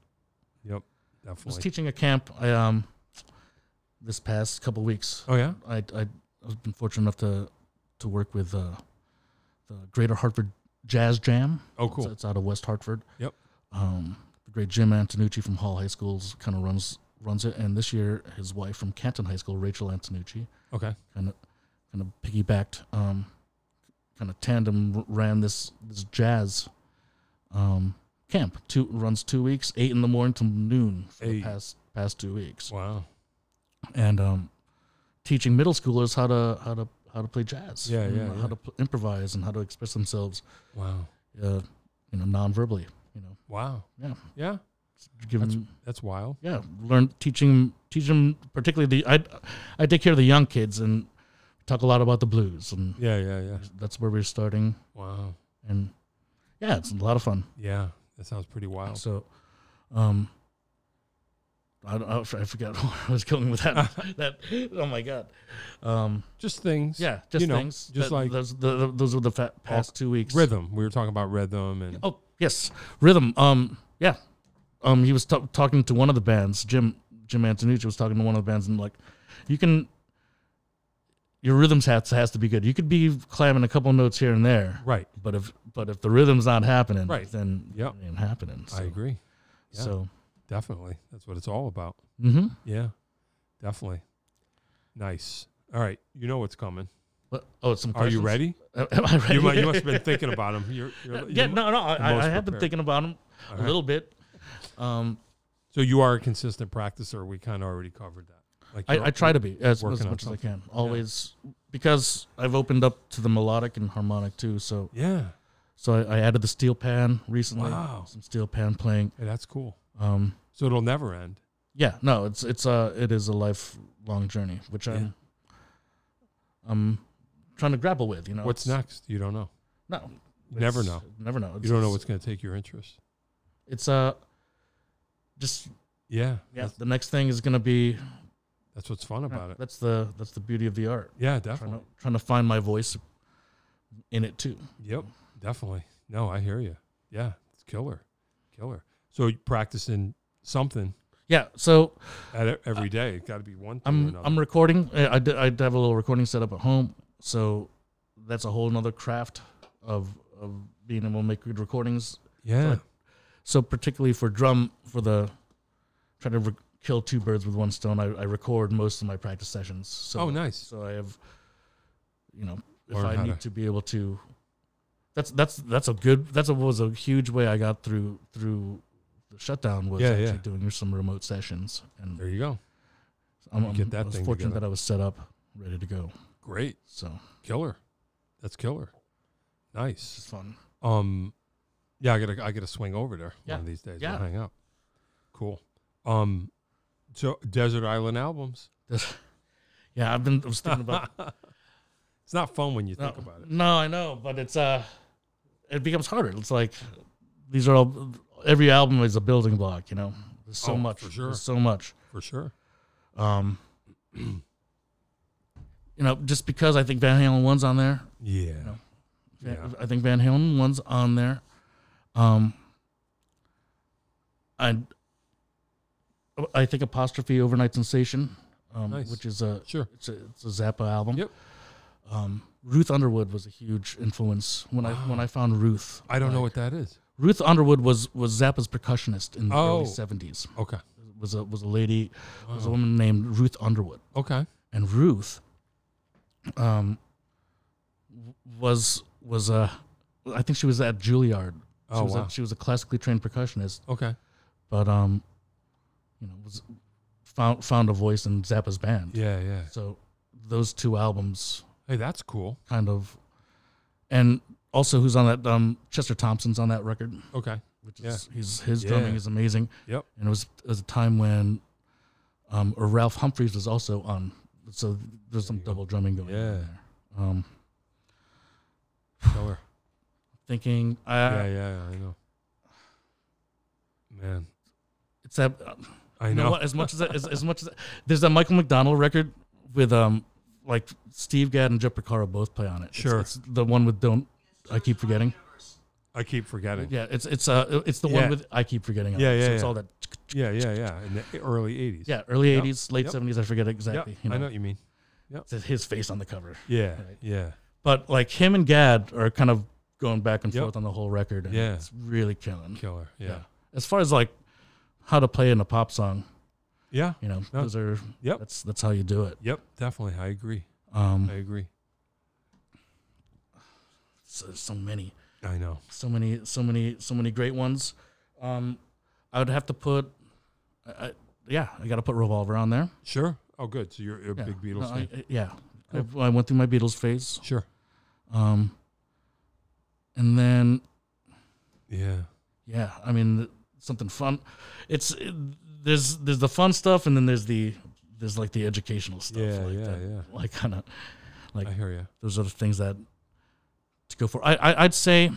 [SPEAKER 1] yep,
[SPEAKER 2] I was
[SPEAKER 1] definitely.
[SPEAKER 2] teaching a camp I, um, this past couple weeks.
[SPEAKER 1] Oh yeah,
[SPEAKER 2] I, I I've been fortunate enough to to work with uh, the Greater Hartford Jazz Jam.
[SPEAKER 1] Oh, cool.
[SPEAKER 2] It's, it's out of West Hartford.
[SPEAKER 1] Yep.
[SPEAKER 2] Um, the great Jim Antonucci from Hall High School's kind of runs runs it, and this year his wife from Canton High School, Rachel Antonucci,
[SPEAKER 1] okay,
[SPEAKER 2] kind of kind of piggybacked, um, kind of tandem r- ran this this jazz um, camp. Two runs two weeks, eight in the morning to noon for
[SPEAKER 1] Hey.
[SPEAKER 2] the past past two weeks,
[SPEAKER 1] wow,
[SPEAKER 2] and um, teaching middle schoolers how to how to how to play jazz.
[SPEAKER 1] Yeah,
[SPEAKER 2] you
[SPEAKER 1] yeah,
[SPEAKER 2] know,
[SPEAKER 1] yeah.
[SPEAKER 2] How to pl- improvise and how to express themselves,
[SPEAKER 1] wow,
[SPEAKER 2] uh, you know, non-verbally. You know,
[SPEAKER 1] wow.
[SPEAKER 2] yeah,
[SPEAKER 1] Yeah,
[SPEAKER 2] give 'em-
[SPEAKER 1] that's wild.
[SPEAKER 2] yeah, learn teaching teach them particularly the I I take care of the young kids and talk a lot about the blues and
[SPEAKER 1] Yeah, yeah, yeah.
[SPEAKER 2] that's where we're starting
[SPEAKER 1] Wow.
[SPEAKER 2] and yeah, it's a lot of fun.
[SPEAKER 1] Yeah, that sounds pretty wild.
[SPEAKER 2] So, um, I don't, I forgot [LAUGHS] where I was going with
[SPEAKER 1] [LAUGHS]
[SPEAKER 2] that. that oh my god, um,
[SPEAKER 1] Just things.
[SPEAKER 2] yeah, just
[SPEAKER 1] you know,
[SPEAKER 2] things.
[SPEAKER 1] Just
[SPEAKER 2] that-
[SPEAKER 1] like
[SPEAKER 2] those, the, the- those were the fa- past two weeks.
[SPEAKER 1] rhythm. We were talking about rhythm and
[SPEAKER 2] Oh yes, rhythm. Um, yeah, um, he was t- talking to one of the bands. Jim Jim Antonucci was talking to one of the bands and like, you can. your rhythms has has to be good. You could be clamming a couple notes here and there,
[SPEAKER 1] Right.
[SPEAKER 2] but if but if the rhythm's not happening,
[SPEAKER 1] Right.
[SPEAKER 2] then
[SPEAKER 1] Yep.
[SPEAKER 2] it ain't happening. So,
[SPEAKER 1] I agree. yeah.
[SPEAKER 2] So,
[SPEAKER 1] Definitely. That's what it's all about.
[SPEAKER 2] hmm
[SPEAKER 1] Yeah. Definitely. Nice. All right. You know what's coming.
[SPEAKER 2] but, oh, some.
[SPEAKER 1] Are you
[SPEAKER 2] questions?
[SPEAKER 1] ready?
[SPEAKER 2] Am I ready?
[SPEAKER 1] You, mu- you must
[SPEAKER 2] [LAUGHS]
[SPEAKER 1] have been thinking about them. You're, you're,
[SPEAKER 2] yeah,
[SPEAKER 1] you-
[SPEAKER 2] no, no. I, I
[SPEAKER 1] most
[SPEAKER 2] I have been
[SPEAKER 1] prepared.
[SPEAKER 2] thinking about them
[SPEAKER 1] All
[SPEAKER 2] a
[SPEAKER 1] right.
[SPEAKER 2] little bit. Um,
[SPEAKER 1] So you are a consistent practicer. We kind of already covered that. Like you're-
[SPEAKER 2] I, I try to be as,
[SPEAKER 1] working
[SPEAKER 2] as
[SPEAKER 1] on
[SPEAKER 2] much as I
[SPEAKER 1] something.
[SPEAKER 2] can, always, because I've opened up to the melodic and harmonic too. So,
[SPEAKER 1] Yeah.
[SPEAKER 2] so I, I added the steel pan recently.
[SPEAKER 1] Wow.
[SPEAKER 2] Some steel pan playing.
[SPEAKER 1] Hey, that's cool.
[SPEAKER 2] Um,
[SPEAKER 1] So it'll never end.
[SPEAKER 2] yeah, no, it's it's uh it is a lifelong journey, which I'm I'm trying to grapple with. You know,
[SPEAKER 1] what's
[SPEAKER 2] It's-
[SPEAKER 1] next? You don't know.
[SPEAKER 2] No,
[SPEAKER 1] You never
[SPEAKER 2] it's-
[SPEAKER 1] know.
[SPEAKER 2] Never know.
[SPEAKER 1] You
[SPEAKER 2] It's-
[SPEAKER 1] don't know
[SPEAKER 2] it's-
[SPEAKER 1] what's going to take your interest.
[SPEAKER 2] It's uh, just
[SPEAKER 1] Yeah.
[SPEAKER 2] yeah.
[SPEAKER 1] That's,
[SPEAKER 2] The next thing is gonna be
[SPEAKER 1] that's what's fun about it.
[SPEAKER 2] That's the that's the beauty of the art.
[SPEAKER 1] Yeah,
[SPEAKER 2] Trying
[SPEAKER 1] definitely.
[SPEAKER 2] to, trying to find my voice in it too.
[SPEAKER 1] Yep, definitely. No, I hear you. Yeah, it's killer, killer. So you practicing something
[SPEAKER 2] Yeah, so
[SPEAKER 1] at e- every day. It's got to be one thing or
[SPEAKER 2] I'm
[SPEAKER 1] another.
[SPEAKER 2] I'm recording. Uh, I did, I did have a little recording set up at home, so that's a whole nother craft of of being able to make good recordings.
[SPEAKER 1] yeah,
[SPEAKER 2] So particularly for drum, for the trying to re- kill two birds with one stone, I, I record most of my practice sessions. So
[SPEAKER 1] Oh, nice.
[SPEAKER 2] So I have, you know, if
[SPEAKER 1] Learn
[SPEAKER 2] I
[SPEAKER 1] how
[SPEAKER 2] need
[SPEAKER 1] to-
[SPEAKER 2] to. be able to, that's that's that's a good that's a was a huge way I got through through the shutdown was
[SPEAKER 1] Yeah,
[SPEAKER 2] actually
[SPEAKER 1] yeah.
[SPEAKER 2] doing some remote sessions and
[SPEAKER 1] there you go.
[SPEAKER 2] I'm,
[SPEAKER 1] You
[SPEAKER 2] I'm-
[SPEAKER 1] get that
[SPEAKER 2] I was
[SPEAKER 1] thing
[SPEAKER 2] fortunate
[SPEAKER 1] together.
[SPEAKER 2] that I was set up, ready to go.
[SPEAKER 1] Great,
[SPEAKER 2] So
[SPEAKER 1] killer. That's killer.
[SPEAKER 2] it's
[SPEAKER 1] Nice.
[SPEAKER 2] just fun.
[SPEAKER 1] Um, yeah, I gotta I gotta swing over there
[SPEAKER 2] Yeah,
[SPEAKER 1] one of these days.
[SPEAKER 2] yeah.
[SPEAKER 1] We'll hang out. Cool. Um, so desert island albums.
[SPEAKER 2] Yeah, I've been. I was thinking about.
[SPEAKER 1] [LAUGHS] It's not fun when you
[SPEAKER 2] no,
[SPEAKER 1] think about it.
[SPEAKER 2] No, I know, but it's uh, it becomes harder. It's like these are all. Every album is a building block. You know, there's so
[SPEAKER 1] Oh,
[SPEAKER 2] much.
[SPEAKER 1] for sure.
[SPEAKER 2] There's so much.
[SPEAKER 1] For sure.
[SPEAKER 2] [CLEARS THROAT] Um, you know, just because I think Van Halen one's on there,
[SPEAKER 1] Yeah.
[SPEAKER 2] No.
[SPEAKER 1] Yeah.
[SPEAKER 2] I think Van Halen one's on there. Um, I, I think apostrophe overnight sensation, um,
[SPEAKER 1] Nice.
[SPEAKER 2] which is a
[SPEAKER 1] Sure.
[SPEAKER 2] it's a, it's a Zappa album.
[SPEAKER 1] Yep.
[SPEAKER 2] Um, Ruth Underwood was a huge influence when I
[SPEAKER 1] [GASPS]
[SPEAKER 2] when I found Ruth.
[SPEAKER 1] I don't know
[SPEAKER 2] Like,
[SPEAKER 1] what that is.
[SPEAKER 2] Ruth Underwood was was Zappa's percussionist in the
[SPEAKER 1] Oh.
[SPEAKER 2] early seventies.
[SPEAKER 1] Okay.
[SPEAKER 2] Was a was a lady, was a woman named Ruth Underwood
[SPEAKER 1] Okay.
[SPEAKER 2] and Ruth um w- was was a I think she was at Juilliard. She
[SPEAKER 1] Oh,
[SPEAKER 2] was
[SPEAKER 1] wow.
[SPEAKER 2] a, she was a classically trained percussionist,
[SPEAKER 1] Okay.
[SPEAKER 2] but um you know was found found a voice in Zappa's band.
[SPEAKER 1] Yeah. Yeah.
[SPEAKER 2] So those two albums
[SPEAKER 1] Hey, that's cool.
[SPEAKER 2] kind of and also who's on that um Chester Thompson's on that record,
[SPEAKER 1] Okay.
[SPEAKER 2] which
[SPEAKER 1] Yeah.
[SPEAKER 2] is he's his
[SPEAKER 1] Yeah.
[SPEAKER 2] drumming is amazing.
[SPEAKER 1] Yep.
[SPEAKER 2] And it was it was a time when um or Ralph Humphreys was also on so there's some
[SPEAKER 1] you go.
[SPEAKER 2] double drumming going on
[SPEAKER 1] Yeah.
[SPEAKER 2] there. Um, [LAUGHS]
[SPEAKER 1] Killer.
[SPEAKER 2] thinking, uh,
[SPEAKER 1] yeah, yeah, I know. Man,
[SPEAKER 2] it's that. uh,
[SPEAKER 1] I
[SPEAKER 2] You know,
[SPEAKER 1] know.
[SPEAKER 2] what? As much as, as as much as there's that Michael McDonald record with um like Steve Gadd and Jeff Porcaro both play on it. It's-
[SPEAKER 1] Sure.
[SPEAKER 2] it's, the one with don't I keep forgetting.
[SPEAKER 1] I keep forgetting.
[SPEAKER 2] Yeah, it's it's uh it's the
[SPEAKER 1] Yeah.
[SPEAKER 2] one with I keep forgetting. on
[SPEAKER 1] Yeah,
[SPEAKER 2] it.
[SPEAKER 1] yeah,
[SPEAKER 2] So it's
[SPEAKER 1] yeah.
[SPEAKER 2] all that.
[SPEAKER 1] Yeah, yeah, yeah. In the e, early 80s.
[SPEAKER 2] Yeah, early
[SPEAKER 1] Yep.
[SPEAKER 2] '80s, late
[SPEAKER 1] Yep.
[SPEAKER 2] '70s. I forget
[SPEAKER 1] Yep,
[SPEAKER 2] exactly. You know,
[SPEAKER 1] I know what you mean.
[SPEAKER 2] It's his face on the cover.
[SPEAKER 1] Yeah,
[SPEAKER 2] Right.
[SPEAKER 1] yeah.
[SPEAKER 2] But like him and Gadd are kind of going back and
[SPEAKER 1] Yep.
[SPEAKER 2] forth on the whole record. And
[SPEAKER 1] Yeah.
[SPEAKER 2] it's really killing.
[SPEAKER 1] Killer. Yeah. Yeah.
[SPEAKER 2] As far as like how to play in a pop song, you know,
[SPEAKER 1] No.
[SPEAKER 2] those are
[SPEAKER 1] Yep.
[SPEAKER 2] that's that's how you do it.
[SPEAKER 1] Yep, definitely. I agree.
[SPEAKER 2] Um,
[SPEAKER 1] I agree.
[SPEAKER 2] so, so many,
[SPEAKER 1] I know.
[SPEAKER 2] so many, so many, so many great ones. Um, I would have to put, I, I, yeah, I got to put Revolver on there.
[SPEAKER 1] Sure. Oh, good. So you're a
[SPEAKER 2] Yeah.
[SPEAKER 1] big Beatles
[SPEAKER 2] No, I-
[SPEAKER 1] fan.
[SPEAKER 2] I- yeah, I, I went through my Beatles phase,
[SPEAKER 1] Sure.
[SPEAKER 2] um, and then
[SPEAKER 1] Yeah.
[SPEAKER 2] yeah, I mean th- something fun. It's it, there's there's the fun stuff, and then there's the there's like the educational stuff.
[SPEAKER 1] Yeah,
[SPEAKER 2] like
[SPEAKER 1] yeah,
[SPEAKER 2] that,
[SPEAKER 1] yeah.
[SPEAKER 2] Like kind of
[SPEAKER 1] I hear you.
[SPEAKER 2] those are the things that to go for. I, I I'd say,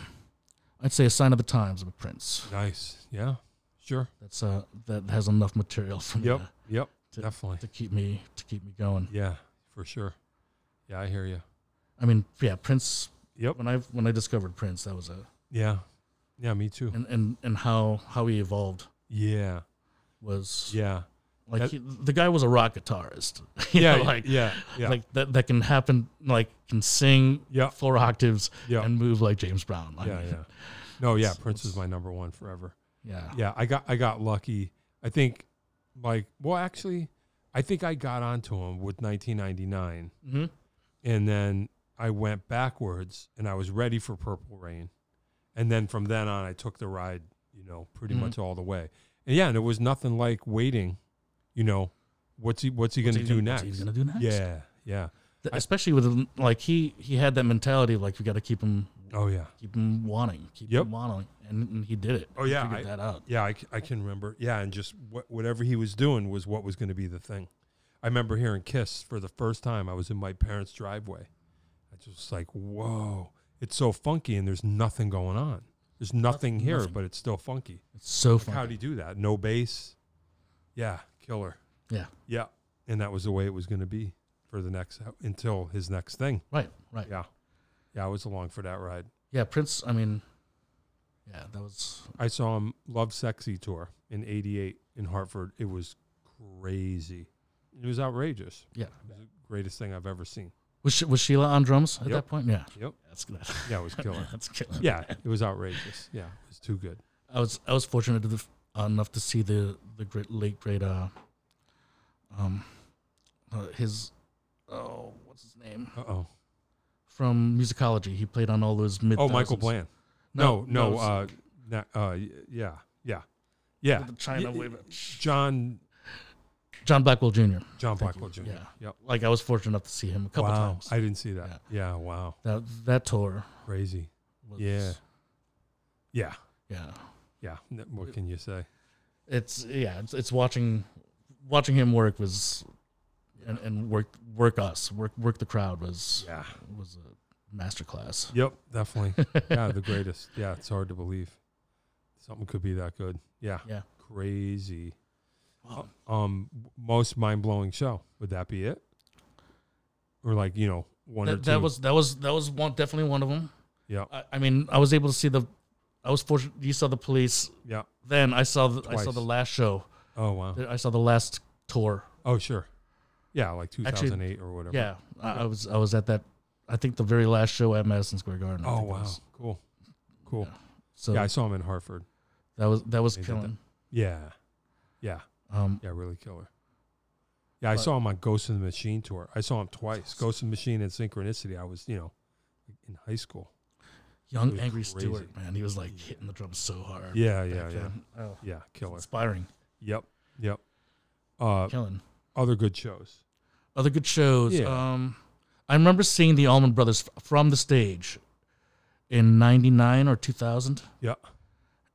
[SPEAKER 2] I'd say a sign of the times of Prince.
[SPEAKER 1] Nice. Yeah. Sure.
[SPEAKER 2] that's uh that has enough material for me
[SPEAKER 1] Yep.
[SPEAKER 2] to,
[SPEAKER 1] Yep.
[SPEAKER 2] to-
[SPEAKER 1] definitely.
[SPEAKER 2] to keep me to keep me going.
[SPEAKER 1] yeah, for sure. Yeah, I hear you.
[SPEAKER 2] I mean, yeah, Prince.
[SPEAKER 1] Yep.
[SPEAKER 2] When I when I discovered Prince, that was a
[SPEAKER 1] Yeah. Yeah, me too.
[SPEAKER 2] and and, and how how he evolved
[SPEAKER 1] Yeah.
[SPEAKER 2] was
[SPEAKER 1] Yeah.
[SPEAKER 2] Like
[SPEAKER 1] That-
[SPEAKER 2] he, the guy was a rock guitarist. [LAUGHS] You
[SPEAKER 1] [LAUGHS] Yeah,
[SPEAKER 2] know, like
[SPEAKER 1] [LAUGHS] yeah, yeah.
[SPEAKER 2] like that that can happen. Like can sing
[SPEAKER 1] Yeah.
[SPEAKER 2] four octaves
[SPEAKER 1] Yeah.
[SPEAKER 2] and move like James Brown. Like,
[SPEAKER 1] yeah, [LAUGHS] yeah. No, yeah, Prince is my number one forever.
[SPEAKER 2] yeah.
[SPEAKER 1] Yeah, I got I got lucky. I think like well actually I think I got onto him with 1999
[SPEAKER 2] Mhm.
[SPEAKER 1] and then I went backwards and I was ready for Purple Rain. And then from then on I took the ride, you know, pretty
[SPEAKER 2] Mhm.
[SPEAKER 1] much all the way. And yeah, and it was nothing like waiting, you know, what's he what's he going to
[SPEAKER 2] What's
[SPEAKER 1] do
[SPEAKER 2] he
[SPEAKER 1] next?
[SPEAKER 2] What's he gonna do next?
[SPEAKER 1] Yeah, yeah.
[SPEAKER 2] Th- especially with like he he had that mentality of like we got to keep him
[SPEAKER 1] Oh yeah.
[SPEAKER 2] keep him wanting, keep
[SPEAKER 1] Yep.
[SPEAKER 2] him wanting, and, and he did it.
[SPEAKER 1] Oh,
[SPEAKER 2] He
[SPEAKER 1] yeah,
[SPEAKER 2] figured
[SPEAKER 1] I-
[SPEAKER 2] that out.
[SPEAKER 1] Yeah, I, c- I can remember. Yeah, and just wh- whatever he was doing was what was going to be the thing. I remember hearing Kiss for the first time. I was in my parents' driveway. I just was like, whoa, it's so funky, and there's nothing going on. There's nothing here,
[SPEAKER 2] nothing.
[SPEAKER 1] but it's still funky.
[SPEAKER 2] It's so
[SPEAKER 1] Like, How
[SPEAKER 2] funny.
[SPEAKER 1] do you do that? No bass. Yeah, killer.
[SPEAKER 2] Yeah,
[SPEAKER 1] Yeah, and that was the way it was going to be for the next until his next thing.
[SPEAKER 2] right, right.
[SPEAKER 1] Yeah, yeah, I was along for that ride.
[SPEAKER 2] Yeah, Prince. I mean, yeah, that was
[SPEAKER 1] I saw him Love Sexy tour in '88 in Hartford. It was crazy. It was outrageous.
[SPEAKER 2] yeah.
[SPEAKER 1] It was the greatest thing I've ever seen.
[SPEAKER 2] Was she, was Sheila on drums at
[SPEAKER 1] Yep.
[SPEAKER 2] that point? Yeah,
[SPEAKER 1] Yep.
[SPEAKER 2] that's good.
[SPEAKER 1] Yeah, it was killer. [LAUGHS]
[SPEAKER 2] [LAUGHS] that's killer.
[SPEAKER 1] yeah, it was outrageous. Yeah, it was too good.
[SPEAKER 2] I was I was fortunate to the, uh, enough to see the the great late great uh um uh, his oh what's his name
[SPEAKER 1] Uh oh.
[SPEAKER 2] from musicology he played on all those mid
[SPEAKER 1] Oh, Michael Bland. No, no.
[SPEAKER 2] it's
[SPEAKER 1] uh, na- uh, y- yeah, yeah, yeah.
[SPEAKER 2] the China
[SPEAKER 1] Y-
[SPEAKER 2] wave
[SPEAKER 1] John
[SPEAKER 2] John Blackwell Jr.
[SPEAKER 1] John
[SPEAKER 2] Thank you.
[SPEAKER 1] Blackwell Jr.
[SPEAKER 2] Yeah.
[SPEAKER 1] Yep.
[SPEAKER 2] Like I was fortunate enough to see him a couple
[SPEAKER 1] wow,
[SPEAKER 2] times.
[SPEAKER 1] I didn't see that. Yeah. Wow.
[SPEAKER 2] that that tour
[SPEAKER 1] Crazy.
[SPEAKER 2] was
[SPEAKER 1] Yeah. Yeah.
[SPEAKER 2] yeah
[SPEAKER 1] Yeah. N- What can you say?
[SPEAKER 2] it's yeah it's, it's watching watching him work was and, and work work us work work the crowd was
[SPEAKER 1] Yeah.
[SPEAKER 2] was a masterclass. [LAUGHS]
[SPEAKER 1] Yep, definitely. yeah, the greatest. Yeah, it's hard to believe something could be that good. Yeah,
[SPEAKER 2] Yeah.
[SPEAKER 1] crazy.
[SPEAKER 2] Wow.
[SPEAKER 1] Um, most mind blowing show. Would that be it? Or like you know one or
[SPEAKER 2] That,
[SPEAKER 1] two?
[SPEAKER 2] that was that was that was one definitely one of them.
[SPEAKER 1] yeah,
[SPEAKER 2] I, I mean, I was able to see the, I was fortunate. You saw the police.
[SPEAKER 1] yeah.
[SPEAKER 2] Then I saw the, I saw
[SPEAKER 1] Twice.
[SPEAKER 2] the last show.
[SPEAKER 1] Oh wow.
[SPEAKER 2] I saw the last tour.
[SPEAKER 1] Oh sure. Yeah, like two
[SPEAKER 2] Actually,
[SPEAKER 1] thousand eight or whatever.
[SPEAKER 2] Yeah, I, I was I was at that. I think the very last show at Madison Square Garden. I
[SPEAKER 1] Oh
[SPEAKER 2] think it
[SPEAKER 1] wow.
[SPEAKER 2] was.
[SPEAKER 1] Cool. Cool.
[SPEAKER 2] So
[SPEAKER 1] yeah, I saw him in Hartford.
[SPEAKER 2] that was that was
[SPEAKER 1] They did that.
[SPEAKER 2] killing.
[SPEAKER 1] Yeah. Yeah.
[SPEAKER 2] Um,
[SPEAKER 1] Yeah, really killer. Yeah, I
[SPEAKER 2] But-
[SPEAKER 1] saw him on Ghost in the Machine tour. I saw him twice. Ghost in the Machine and Synchronicity. I was, you know, in high school. It
[SPEAKER 2] young
[SPEAKER 1] was
[SPEAKER 2] angry
[SPEAKER 1] crazy.
[SPEAKER 2] Stewart, man, he was like hitting the drums so hard.
[SPEAKER 1] Yeah, yeah,
[SPEAKER 2] back
[SPEAKER 1] yeah.
[SPEAKER 2] then. Oh,
[SPEAKER 1] Yeah, killer.
[SPEAKER 2] inspiring,
[SPEAKER 1] Yep, yep. Uh,
[SPEAKER 2] killing.
[SPEAKER 1] other good shows.
[SPEAKER 2] Other good shows.
[SPEAKER 1] Yeah.
[SPEAKER 2] Um, I remember seeing the Allman Brothers f- from the stage in '99 or 2000.
[SPEAKER 1] Yeah.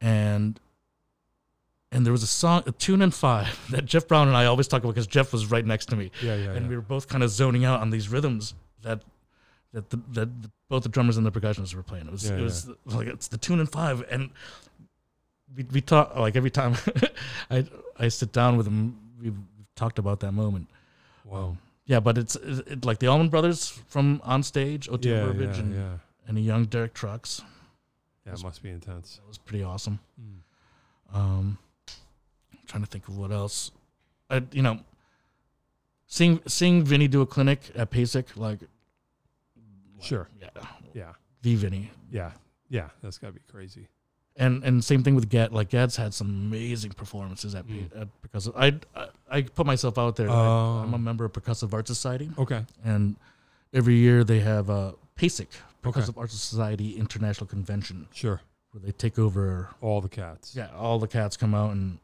[SPEAKER 2] and and there was a song, a tune in five [LAUGHS] that Jeff Brown and I always talk about because Jeff was right next to me,
[SPEAKER 1] Yeah, yeah,
[SPEAKER 2] and
[SPEAKER 1] yeah.
[SPEAKER 2] we were both kind of zoning out on these rhythms that that the, that the, both the drummers and the percussionists were playing. It was
[SPEAKER 1] Yeah,
[SPEAKER 2] it was like it's the tune in five, and we we talk like every time [LAUGHS] I I sit down with him, we've talked about that moment.
[SPEAKER 1] Wow.
[SPEAKER 2] Yeah, but it's it, it- like the Allman Brothers from on stage, Otis
[SPEAKER 1] Yeah, yeah,
[SPEAKER 2] Burbage, and,
[SPEAKER 1] yeah.
[SPEAKER 2] and a young Derek Trucks.
[SPEAKER 1] Yeah, it must be intense.
[SPEAKER 2] That was pretty awesome.
[SPEAKER 1] Mm.
[SPEAKER 2] Um, I'm trying to think of what else. I, you know, seeing seeing Vinny do a clinic at PASIC, like,
[SPEAKER 1] Sure.
[SPEAKER 2] yeah,
[SPEAKER 1] Yeah,
[SPEAKER 2] the Vinny,
[SPEAKER 1] yeah, yeah. That's gotta be crazy.
[SPEAKER 2] and and same thing with Gad. Like Gad's had some amazing performances at, P
[SPEAKER 1] Mm.
[SPEAKER 2] at percussive. I, I I put myself out there. I, am a
[SPEAKER 1] Um,
[SPEAKER 2] member of Percussive Arts Society,
[SPEAKER 1] Okay.
[SPEAKER 2] and every year they have uh, a PASIC Percussive Arts Society International Convention
[SPEAKER 1] Sure.
[SPEAKER 2] where they take over
[SPEAKER 1] All the cats.
[SPEAKER 2] yeah, all the cats come out and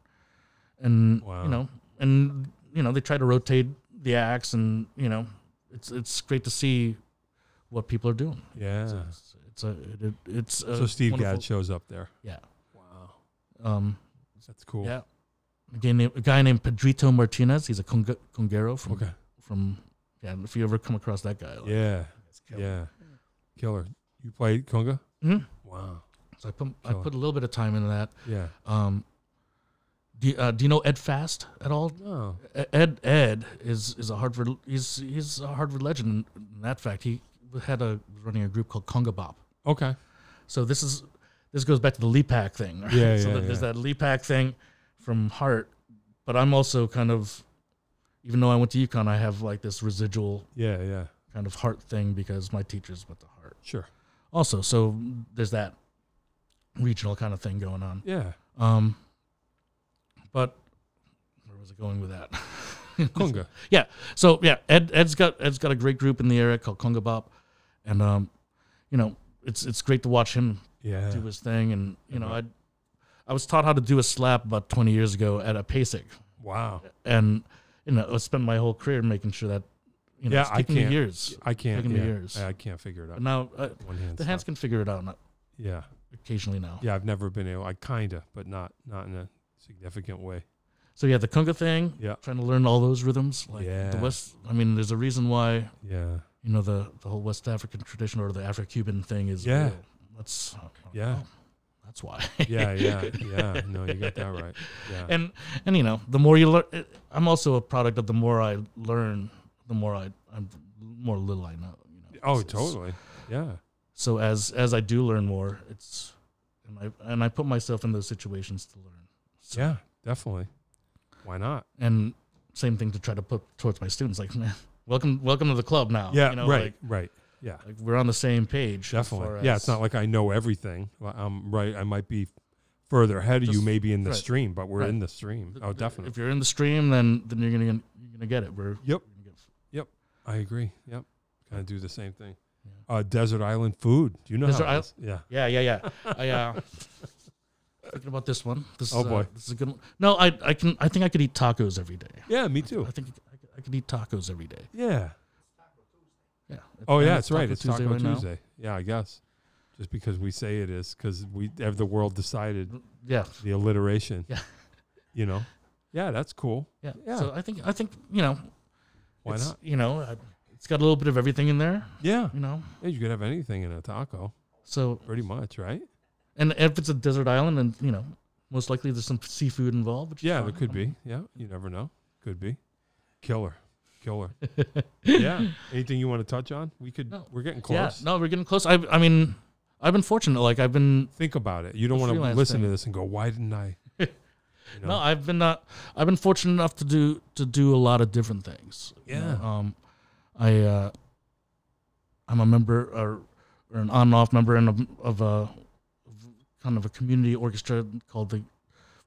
[SPEAKER 2] and
[SPEAKER 1] Wow.
[SPEAKER 2] you know and you know they try to rotate the acts and you know it's it's great to see what people are doing.
[SPEAKER 1] Yeah.
[SPEAKER 2] So
[SPEAKER 1] So,
[SPEAKER 2] It's, it's a it, it's a
[SPEAKER 1] Steve
[SPEAKER 2] wonderful-
[SPEAKER 1] Gadd shows up there.
[SPEAKER 2] Yeah.
[SPEAKER 1] Wow.
[SPEAKER 2] Um.
[SPEAKER 1] That's cool.
[SPEAKER 2] Yeah. A guy, named, a guy named Pedrito Martinez. He's a conga, congero from
[SPEAKER 1] Okay.
[SPEAKER 2] from yeah. If you ever come across that guy, like,
[SPEAKER 1] Yeah.
[SPEAKER 2] it's killer.
[SPEAKER 1] Yeah. Killer. You played conga?
[SPEAKER 2] Mhm.
[SPEAKER 1] Wow.
[SPEAKER 2] So I put I
[SPEAKER 1] Killer.
[SPEAKER 2] put a little bit of time into that.
[SPEAKER 1] Yeah.
[SPEAKER 2] Um. Do, you- uh, do you know Ed Fast at all? E,
[SPEAKER 1] Oh.
[SPEAKER 2] Ed Ed is is a Harvard he's he's a Harvard legend in that fact. He had a was running a group called Conga Bop.
[SPEAKER 1] Okay.
[SPEAKER 2] So this is this goes back to the Leapak thing. Right?
[SPEAKER 1] Yeah,
[SPEAKER 2] [LAUGHS] so
[SPEAKER 1] yeah,
[SPEAKER 2] that, there's
[SPEAKER 1] yeah.
[SPEAKER 2] that Leapak thing from Hart But I'm also kind of, even though I went to UConn, I have like this residual
[SPEAKER 1] Yeah, yeah.
[SPEAKER 2] kind of heart thing because my teachers went to heart.
[SPEAKER 1] Sure.
[SPEAKER 2] Also, so there's that regional kind of thing going on.
[SPEAKER 1] Yeah.
[SPEAKER 2] Um, but where was it going with that?
[SPEAKER 1] [LAUGHS] Conga.
[SPEAKER 2] Yeah. So yeah, Ed Ed's got Ed's got a great group in the area called Conga Bop, and um, you know, it's it's great to watch him
[SPEAKER 1] Yeah.
[SPEAKER 2] do his thing. And you know, I I was taught how to do a slap about 20 years ago at a PASIC,
[SPEAKER 1] Wow.
[SPEAKER 2] and you know, I spent my whole career making sure that you know,
[SPEAKER 1] Yeah,
[SPEAKER 2] it's
[SPEAKER 1] I
[SPEAKER 2] taken me
[SPEAKER 1] can't-
[SPEAKER 2] years.
[SPEAKER 1] I can't.
[SPEAKER 2] Taking me
[SPEAKER 1] yeah.
[SPEAKER 2] years.
[SPEAKER 1] I, I can't figure it out.
[SPEAKER 2] But now uh,
[SPEAKER 1] One hand.
[SPEAKER 2] the hands
[SPEAKER 1] stop.
[SPEAKER 2] can figure it out not-
[SPEAKER 1] Yeah.
[SPEAKER 2] occasionally now.
[SPEAKER 1] Yeah. I've never been able. I kinda, but not not in a significant way.
[SPEAKER 2] So yeah, the conga thing.
[SPEAKER 1] Yeah.
[SPEAKER 2] Trying to learn all those rhythms. Like the
[SPEAKER 1] Yeah.
[SPEAKER 2] West. I mean, there's a reason why [LAUGHS]
[SPEAKER 1] Yeah.
[SPEAKER 2] you know the the whole West African tradition or the Afro-Cuban thing is
[SPEAKER 1] Yeah.
[SPEAKER 2] real. That's
[SPEAKER 1] Yeah.
[SPEAKER 2] that's why.
[SPEAKER 1] Yeah. Yeah. Yeah. No, you got that
[SPEAKER 2] [LAUGHS]
[SPEAKER 1] right. Yeah.
[SPEAKER 2] and and you know the more you learn, I'm also a product of the more I learn, the more I I'm more little I know. You know.
[SPEAKER 1] oh,
[SPEAKER 2] It's- it's-
[SPEAKER 1] totally. Yeah.
[SPEAKER 2] So as as I do learn more, it's and I and I put myself in those situations to learn. So,
[SPEAKER 1] Yeah. Definitely. Why not?
[SPEAKER 2] And same thing to try to put towards my students, like [LAUGHS] man, welcome welcome to the club now.
[SPEAKER 1] Yeah.
[SPEAKER 2] You know,
[SPEAKER 1] right.
[SPEAKER 2] Like,
[SPEAKER 1] right. Yeah.
[SPEAKER 2] like we're on the same page. as far
[SPEAKER 1] Definitely. Yeah,
[SPEAKER 2] as-
[SPEAKER 1] it's not like I know everything. Well, I'm right. I might be further ahead of you,
[SPEAKER 2] Just-
[SPEAKER 1] maybe in the
[SPEAKER 2] right.
[SPEAKER 1] stream, but we're
[SPEAKER 2] Right.
[SPEAKER 1] in the stream. Oh, definitely.
[SPEAKER 2] If you're in the stream, then then you're gonna you're gonna get it. We're
[SPEAKER 1] Yep.
[SPEAKER 2] we're gonna get-
[SPEAKER 1] I agree. Yep. Kind of do the same thing.
[SPEAKER 2] Yeah.
[SPEAKER 1] Uh, Desert Island food. Do you know
[SPEAKER 2] Desert
[SPEAKER 1] how it is? Yeah.
[SPEAKER 2] Yeah, yeah, yeah. I uh thinking about this one. This
[SPEAKER 1] Oh,
[SPEAKER 2] is, uh,
[SPEAKER 1] boy.
[SPEAKER 2] this is a good one. No, I I can I think I could eat tacos every day.
[SPEAKER 1] Yeah, me
[SPEAKER 2] I
[SPEAKER 1] too.
[SPEAKER 2] think I could, I could eat tacos every day.
[SPEAKER 1] Yeah.
[SPEAKER 2] Yeah.
[SPEAKER 1] Oh,
[SPEAKER 2] and
[SPEAKER 1] yeah, it's right.
[SPEAKER 2] Taco
[SPEAKER 1] It's Taco
[SPEAKER 2] right now.
[SPEAKER 1] Tuesday. Yeah, I guess. Just because we say it is, because we have the world decided
[SPEAKER 2] Yeah.
[SPEAKER 1] the alliteration.
[SPEAKER 2] Yeah.
[SPEAKER 1] You know? Yeah, that's cool.
[SPEAKER 2] yeah,
[SPEAKER 1] Yeah.
[SPEAKER 2] So I think I think you know
[SPEAKER 1] Why
[SPEAKER 2] it's,
[SPEAKER 1] not?
[SPEAKER 2] You know, I, it's got a little bit of everything in there.
[SPEAKER 1] Yeah.
[SPEAKER 2] You know,
[SPEAKER 1] yeah. You could have anything in a taco,
[SPEAKER 2] so
[SPEAKER 1] pretty much, right?
[SPEAKER 2] and if it's a desert island, and you know, most likely there's some seafood involved. Which is
[SPEAKER 1] Yeah,
[SPEAKER 2] fine.
[SPEAKER 1] there could be. Yeah, you never know. Could be. Killer.
[SPEAKER 2] [LAUGHS]
[SPEAKER 1] Killer. yeah. Anything you want to touch on? We could.
[SPEAKER 2] No.
[SPEAKER 1] We're getting close.
[SPEAKER 2] Yeah. No, we're getting close. I I mean, I've been fortunate. Like I've been
[SPEAKER 1] Think about it. You don't
[SPEAKER 2] The
[SPEAKER 1] want to
[SPEAKER 2] freelance
[SPEAKER 1] listen to
[SPEAKER 2] thing.
[SPEAKER 1] this and go, "Why didn't
[SPEAKER 2] [LAUGHS]
[SPEAKER 1] I?" You
[SPEAKER 2] No, I've been uh, I've been fortunate enough to do to do a lot of different things. you
[SPEAKER 1] Yeah.
[SPEAKER 2] know. Um, I uh, I'm a member or, or an on and off member in a, of a kind of a community orchestra called the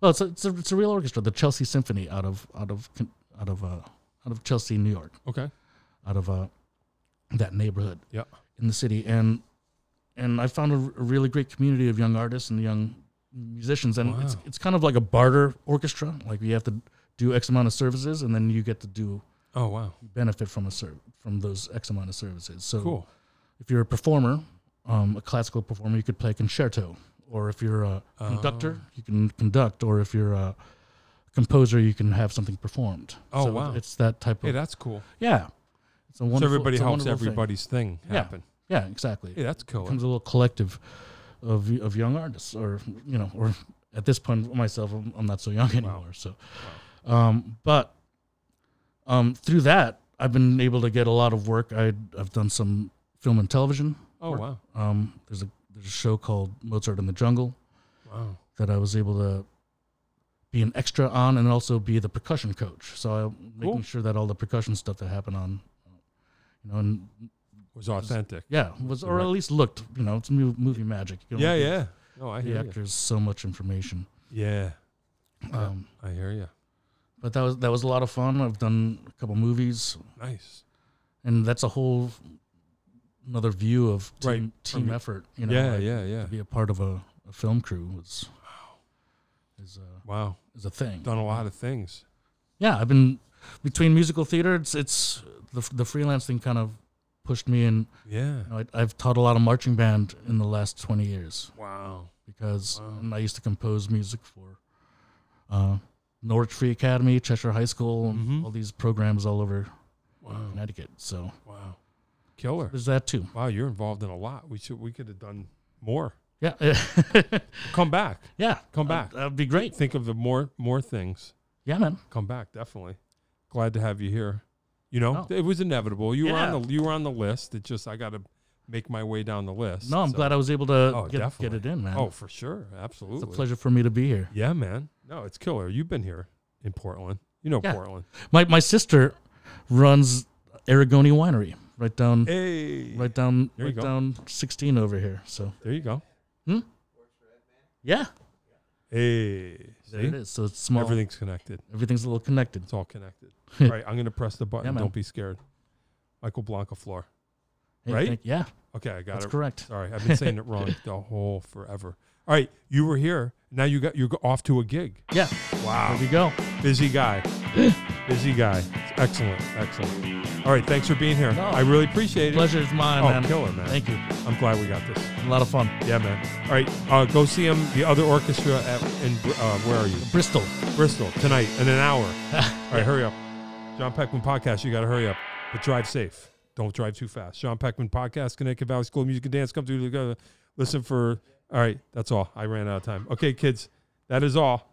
[SPEAKER 2] well, it's a, it's a it's a real orchestra, the Chelsea Symphony out of out of Con- out of uh, out of Chelsea, New York,
[SPEAKER 1] Okay.
[SPEAKER 2] out of uh, that neighborhood.
[SPEAKER 1] Yeah.
[SPEAKER 2] In the city, and and I found a, r- a really great community of young artists and young musicians and it's
[SPEAKER 1] Wow.
[SPEAKER 2] it's kind of like a barter orchestra like you have to do x amount of services and then you get to do
[SPEAKER 1] Oh wow.
[SPEAKER 2] benefit from a serv- from those x amount of services so
[SPEAKER 1] Cool.
[SPEAKER 2] if you're a performer um, a classical performer you could play concerto or if you're a conductor
[SPEAKER 1] Oh.
[SPEAKER 2] you can conduct or if you're a composer you can have something performed
[SPEAKER 1] Oh,
[SPEAKER 2] So
[SPEAKER 1] wow.
[SPEAKER 2] it's that type of
[SPEAKER 1] Hey, that's cool.
[SPEAKER 2] yeah it's
[SPEAKER 1] So
[SPEAKER 2] a wonderful
[SPEAKER 1] everybody
[SPEAKER 2] it's a
[SPEAKER 1] helps
[SPEAKER 2] wonderful thing.
[SPEAKER 1] everybody's thing,
[SPEAKER 2] Yeah.
[SPEAKER 1] happen.
[SPEAKER 2] yeah exactly
[SPEAKER 1] Hey, that's cool.
[SPEAKER 2] becomes a little collective of of young artists, or you know, or at this point myself, I'm, I'm not so young anymore. So, um, but um, through that, I've been able to get a lot of work. I I've done some film and television.
[SPEAKER 1] Oh wow.
[SPEAKER 2] Um, there's a there's a show called Mozart in the Jungle
[SPEAKER 1] Wow.
[SPEAKER 2] that I was able to be an extra on and also be the percussion coach. So I'm making
[SPEAKER 1] Cool.
[SPEAKER 2] sure that all the percussion stuff that happened on, you know, and
[SPEAKER 1] Was authentic.
[SPEAKER 2] yeah, was or
[SPEAKER 1] Right.
[SPEAKER 2] at least looked, you know, it's mov- movie magic. You don't
[SPEAKER 1] Yeah,
[SPEAKER 2] get-
[SPEAKER 1] yeah. No, I
[SPEAKER 2] the
[SPEAKER 1] hear you.
[SPEAKER 2] actors so much information.
[SPEAKER 1] Yeah, Yeah.
[SPEAKER 2] Um,
[SPEAKER 1] I hear you.
[SPEAKER 2] but that was that was a lot of fun. I've done a couple movies,
[SPEAKER 1] Nice.
[SPEAKER 2] and that's a whole another view of team,
[SPEAKER 1] Right,
[SPEAKER 2] team
[SPEAKER 1] from-
[SPEAKER 2] effort. You know,
[SPEAKER 1] yeah,
[SPEAKER 2] like,
[SPEAKER 1] yeah, yeah.
[SPEAKER 2] To be a part of a, a film crew was is a,
[SPEAKER 1] Wow.
[SPEAKER 2] is a thing.
[SPEAKER 1] Done a lot of things.
[SPEAKER 2] Yeah, I've been between musical theater. It's it's the the freelance thing kind of pushed me, and
[SPEAKER 1] Yeah.
[SPEAKER 2] you know, I, I've taught a lot of marching band in the last twenty years.
[SPEAKER 1] Wow.
[SPEAKER 2] because
[SPEAKER 1] Wow.
[SPEAKER 2] and I used to compose music for uh, Norwich Free Academy, Cheshire High School, and
[SPEAKER 1] Mhm.
[SPEAKER 2] all these programs all over
[SPEAKER 1] Wow.
[SPEAKER 2] Connecticut. So
[SPEAKER 1] Wow. Killer.
[SPEAKER 2] there's that too.
[SPEAKER 1] Wow, you're involved in a lot. We should we could have done more.
[SPEAKER 2] Yeah, [LAUGHS]
[SPEAKER 1] Come back.
[SPEAKER 2] yeah.
[SPEAKER 1] Come back.
[SPEAKER 2] That'd, that'd be great.
[SPEAKER 1] Think of the more more things.
[SPEAKER 2] Yeah, man.
[SPEAKER 1] Come back, definitely. Glad to have you here. You know,
[SPEAKER 2] Oh.
[SPEAKER 1] it was inevitable. You were
[SPEAKER 2] Yeah.
[SPEAKER 1] on the you were on the list. It just I got to make my way down the list.
[SPEAKER 2] No, I'm
[SPEAKER 1] so-
[SPEAKER 2] glad I was able to
[SPEAKER 1] Oh,
[SPEAKER 2] get, get
[SPEAKER 1] definitely.
[SPEAKER 2] it in, man.
[SPEAKER 1] Oh, for sure. Absolutely.
[SPEAKER 2] it's a pleasure for me to be here.
[SPEAKER 1] Yeah, man. No, it's killer. You've been here. in Portland. You know
[SPEAKER 2] Yeah.
[SPEAKER 1] Portland.
[SPEAKER 2] My my sister runs Aragoni Winery right down
[SPEAKER 1] Hey,
[SPEAKER 2] right down
[SPEAKER 1] There you
[SPEAKER 2] right
[SPEAKER 1] go.
[SPEAKER 2] down 16 over here. So
[SPEAKER 1] there you go.
[SPEAKER 2] yeah,
[SPEAKER 1] Hey,
[SPEAKER 2] there
[SPEAKER 1] See?
[SPEAKER 2] it is. So it's small.
[SPEAKER 1] everything's connected.
[SPEAKER 2] Everything's a little connected.
[SPEAKER 1] It's all
[SPEAKER 2] [LAUGHS]
[SPEAKER 1] connected. all right, I'm gonna press the button.
[SPEAKER 2] man.
[SPEAKER 1] Don't be scared. Michael Blanca floor.
[SPEAKER 2] Hey,
[SPEAKER 1] Right?
[SPEAKER 2] thank- yeah,
[SPEAKER 1] Okay, I got
[SPEAKER 2] that's
[SPEAKER 1] it.
[SPEAKER 2] correct.
[SPEAKER 1] Sorry, I've been saying it
[SPEAKER 2] [LAUGHS]
[SPEAKER 1] wrong the whole forever. All right, you were here. Now you got you're go- off to a gig.
[SPEAKER 2] Yeah,
[SPEAKER 1] Wow,
[SPEAKER 2] there we go.
[SPEAKER 1] busy
[SPEAKER 2] [LAUGHS]
[SPEAKER 1] guy, busy guy. It's excellent, excellent. All right, thanks for being here.
[SPEAKER 2] No.
[SPEAKER 1] I really appreciate it.
[SPEAKER 2] Pleasure's mine,
[SPEAKER 1] Oh,
[SPEAKER 2] man.
[SPEAKER 1] killer, man.
[SPEAKER 2] Thank you.
[SPEAKER 1] I'm glad we got this.
[SPEAKER 2] A lot of fun.
[SPEAKER 1] Yeah, man. All right, uh, go see him. The other orchestra at in Br- uh, where are you?
[SPEAKER 2] Bristol.
[SPEAKER 1] Bristol tonight in an hour. All right, hurry up. John Peckman Podcast, you got to hurry up. But drive safe. Don't drive too fast. Sean Peckman Podcast, Connecticut Valley School of Music and Dance. Come through. Listen for. All right, that's all. I ran out of time. Okay, kids, that is all.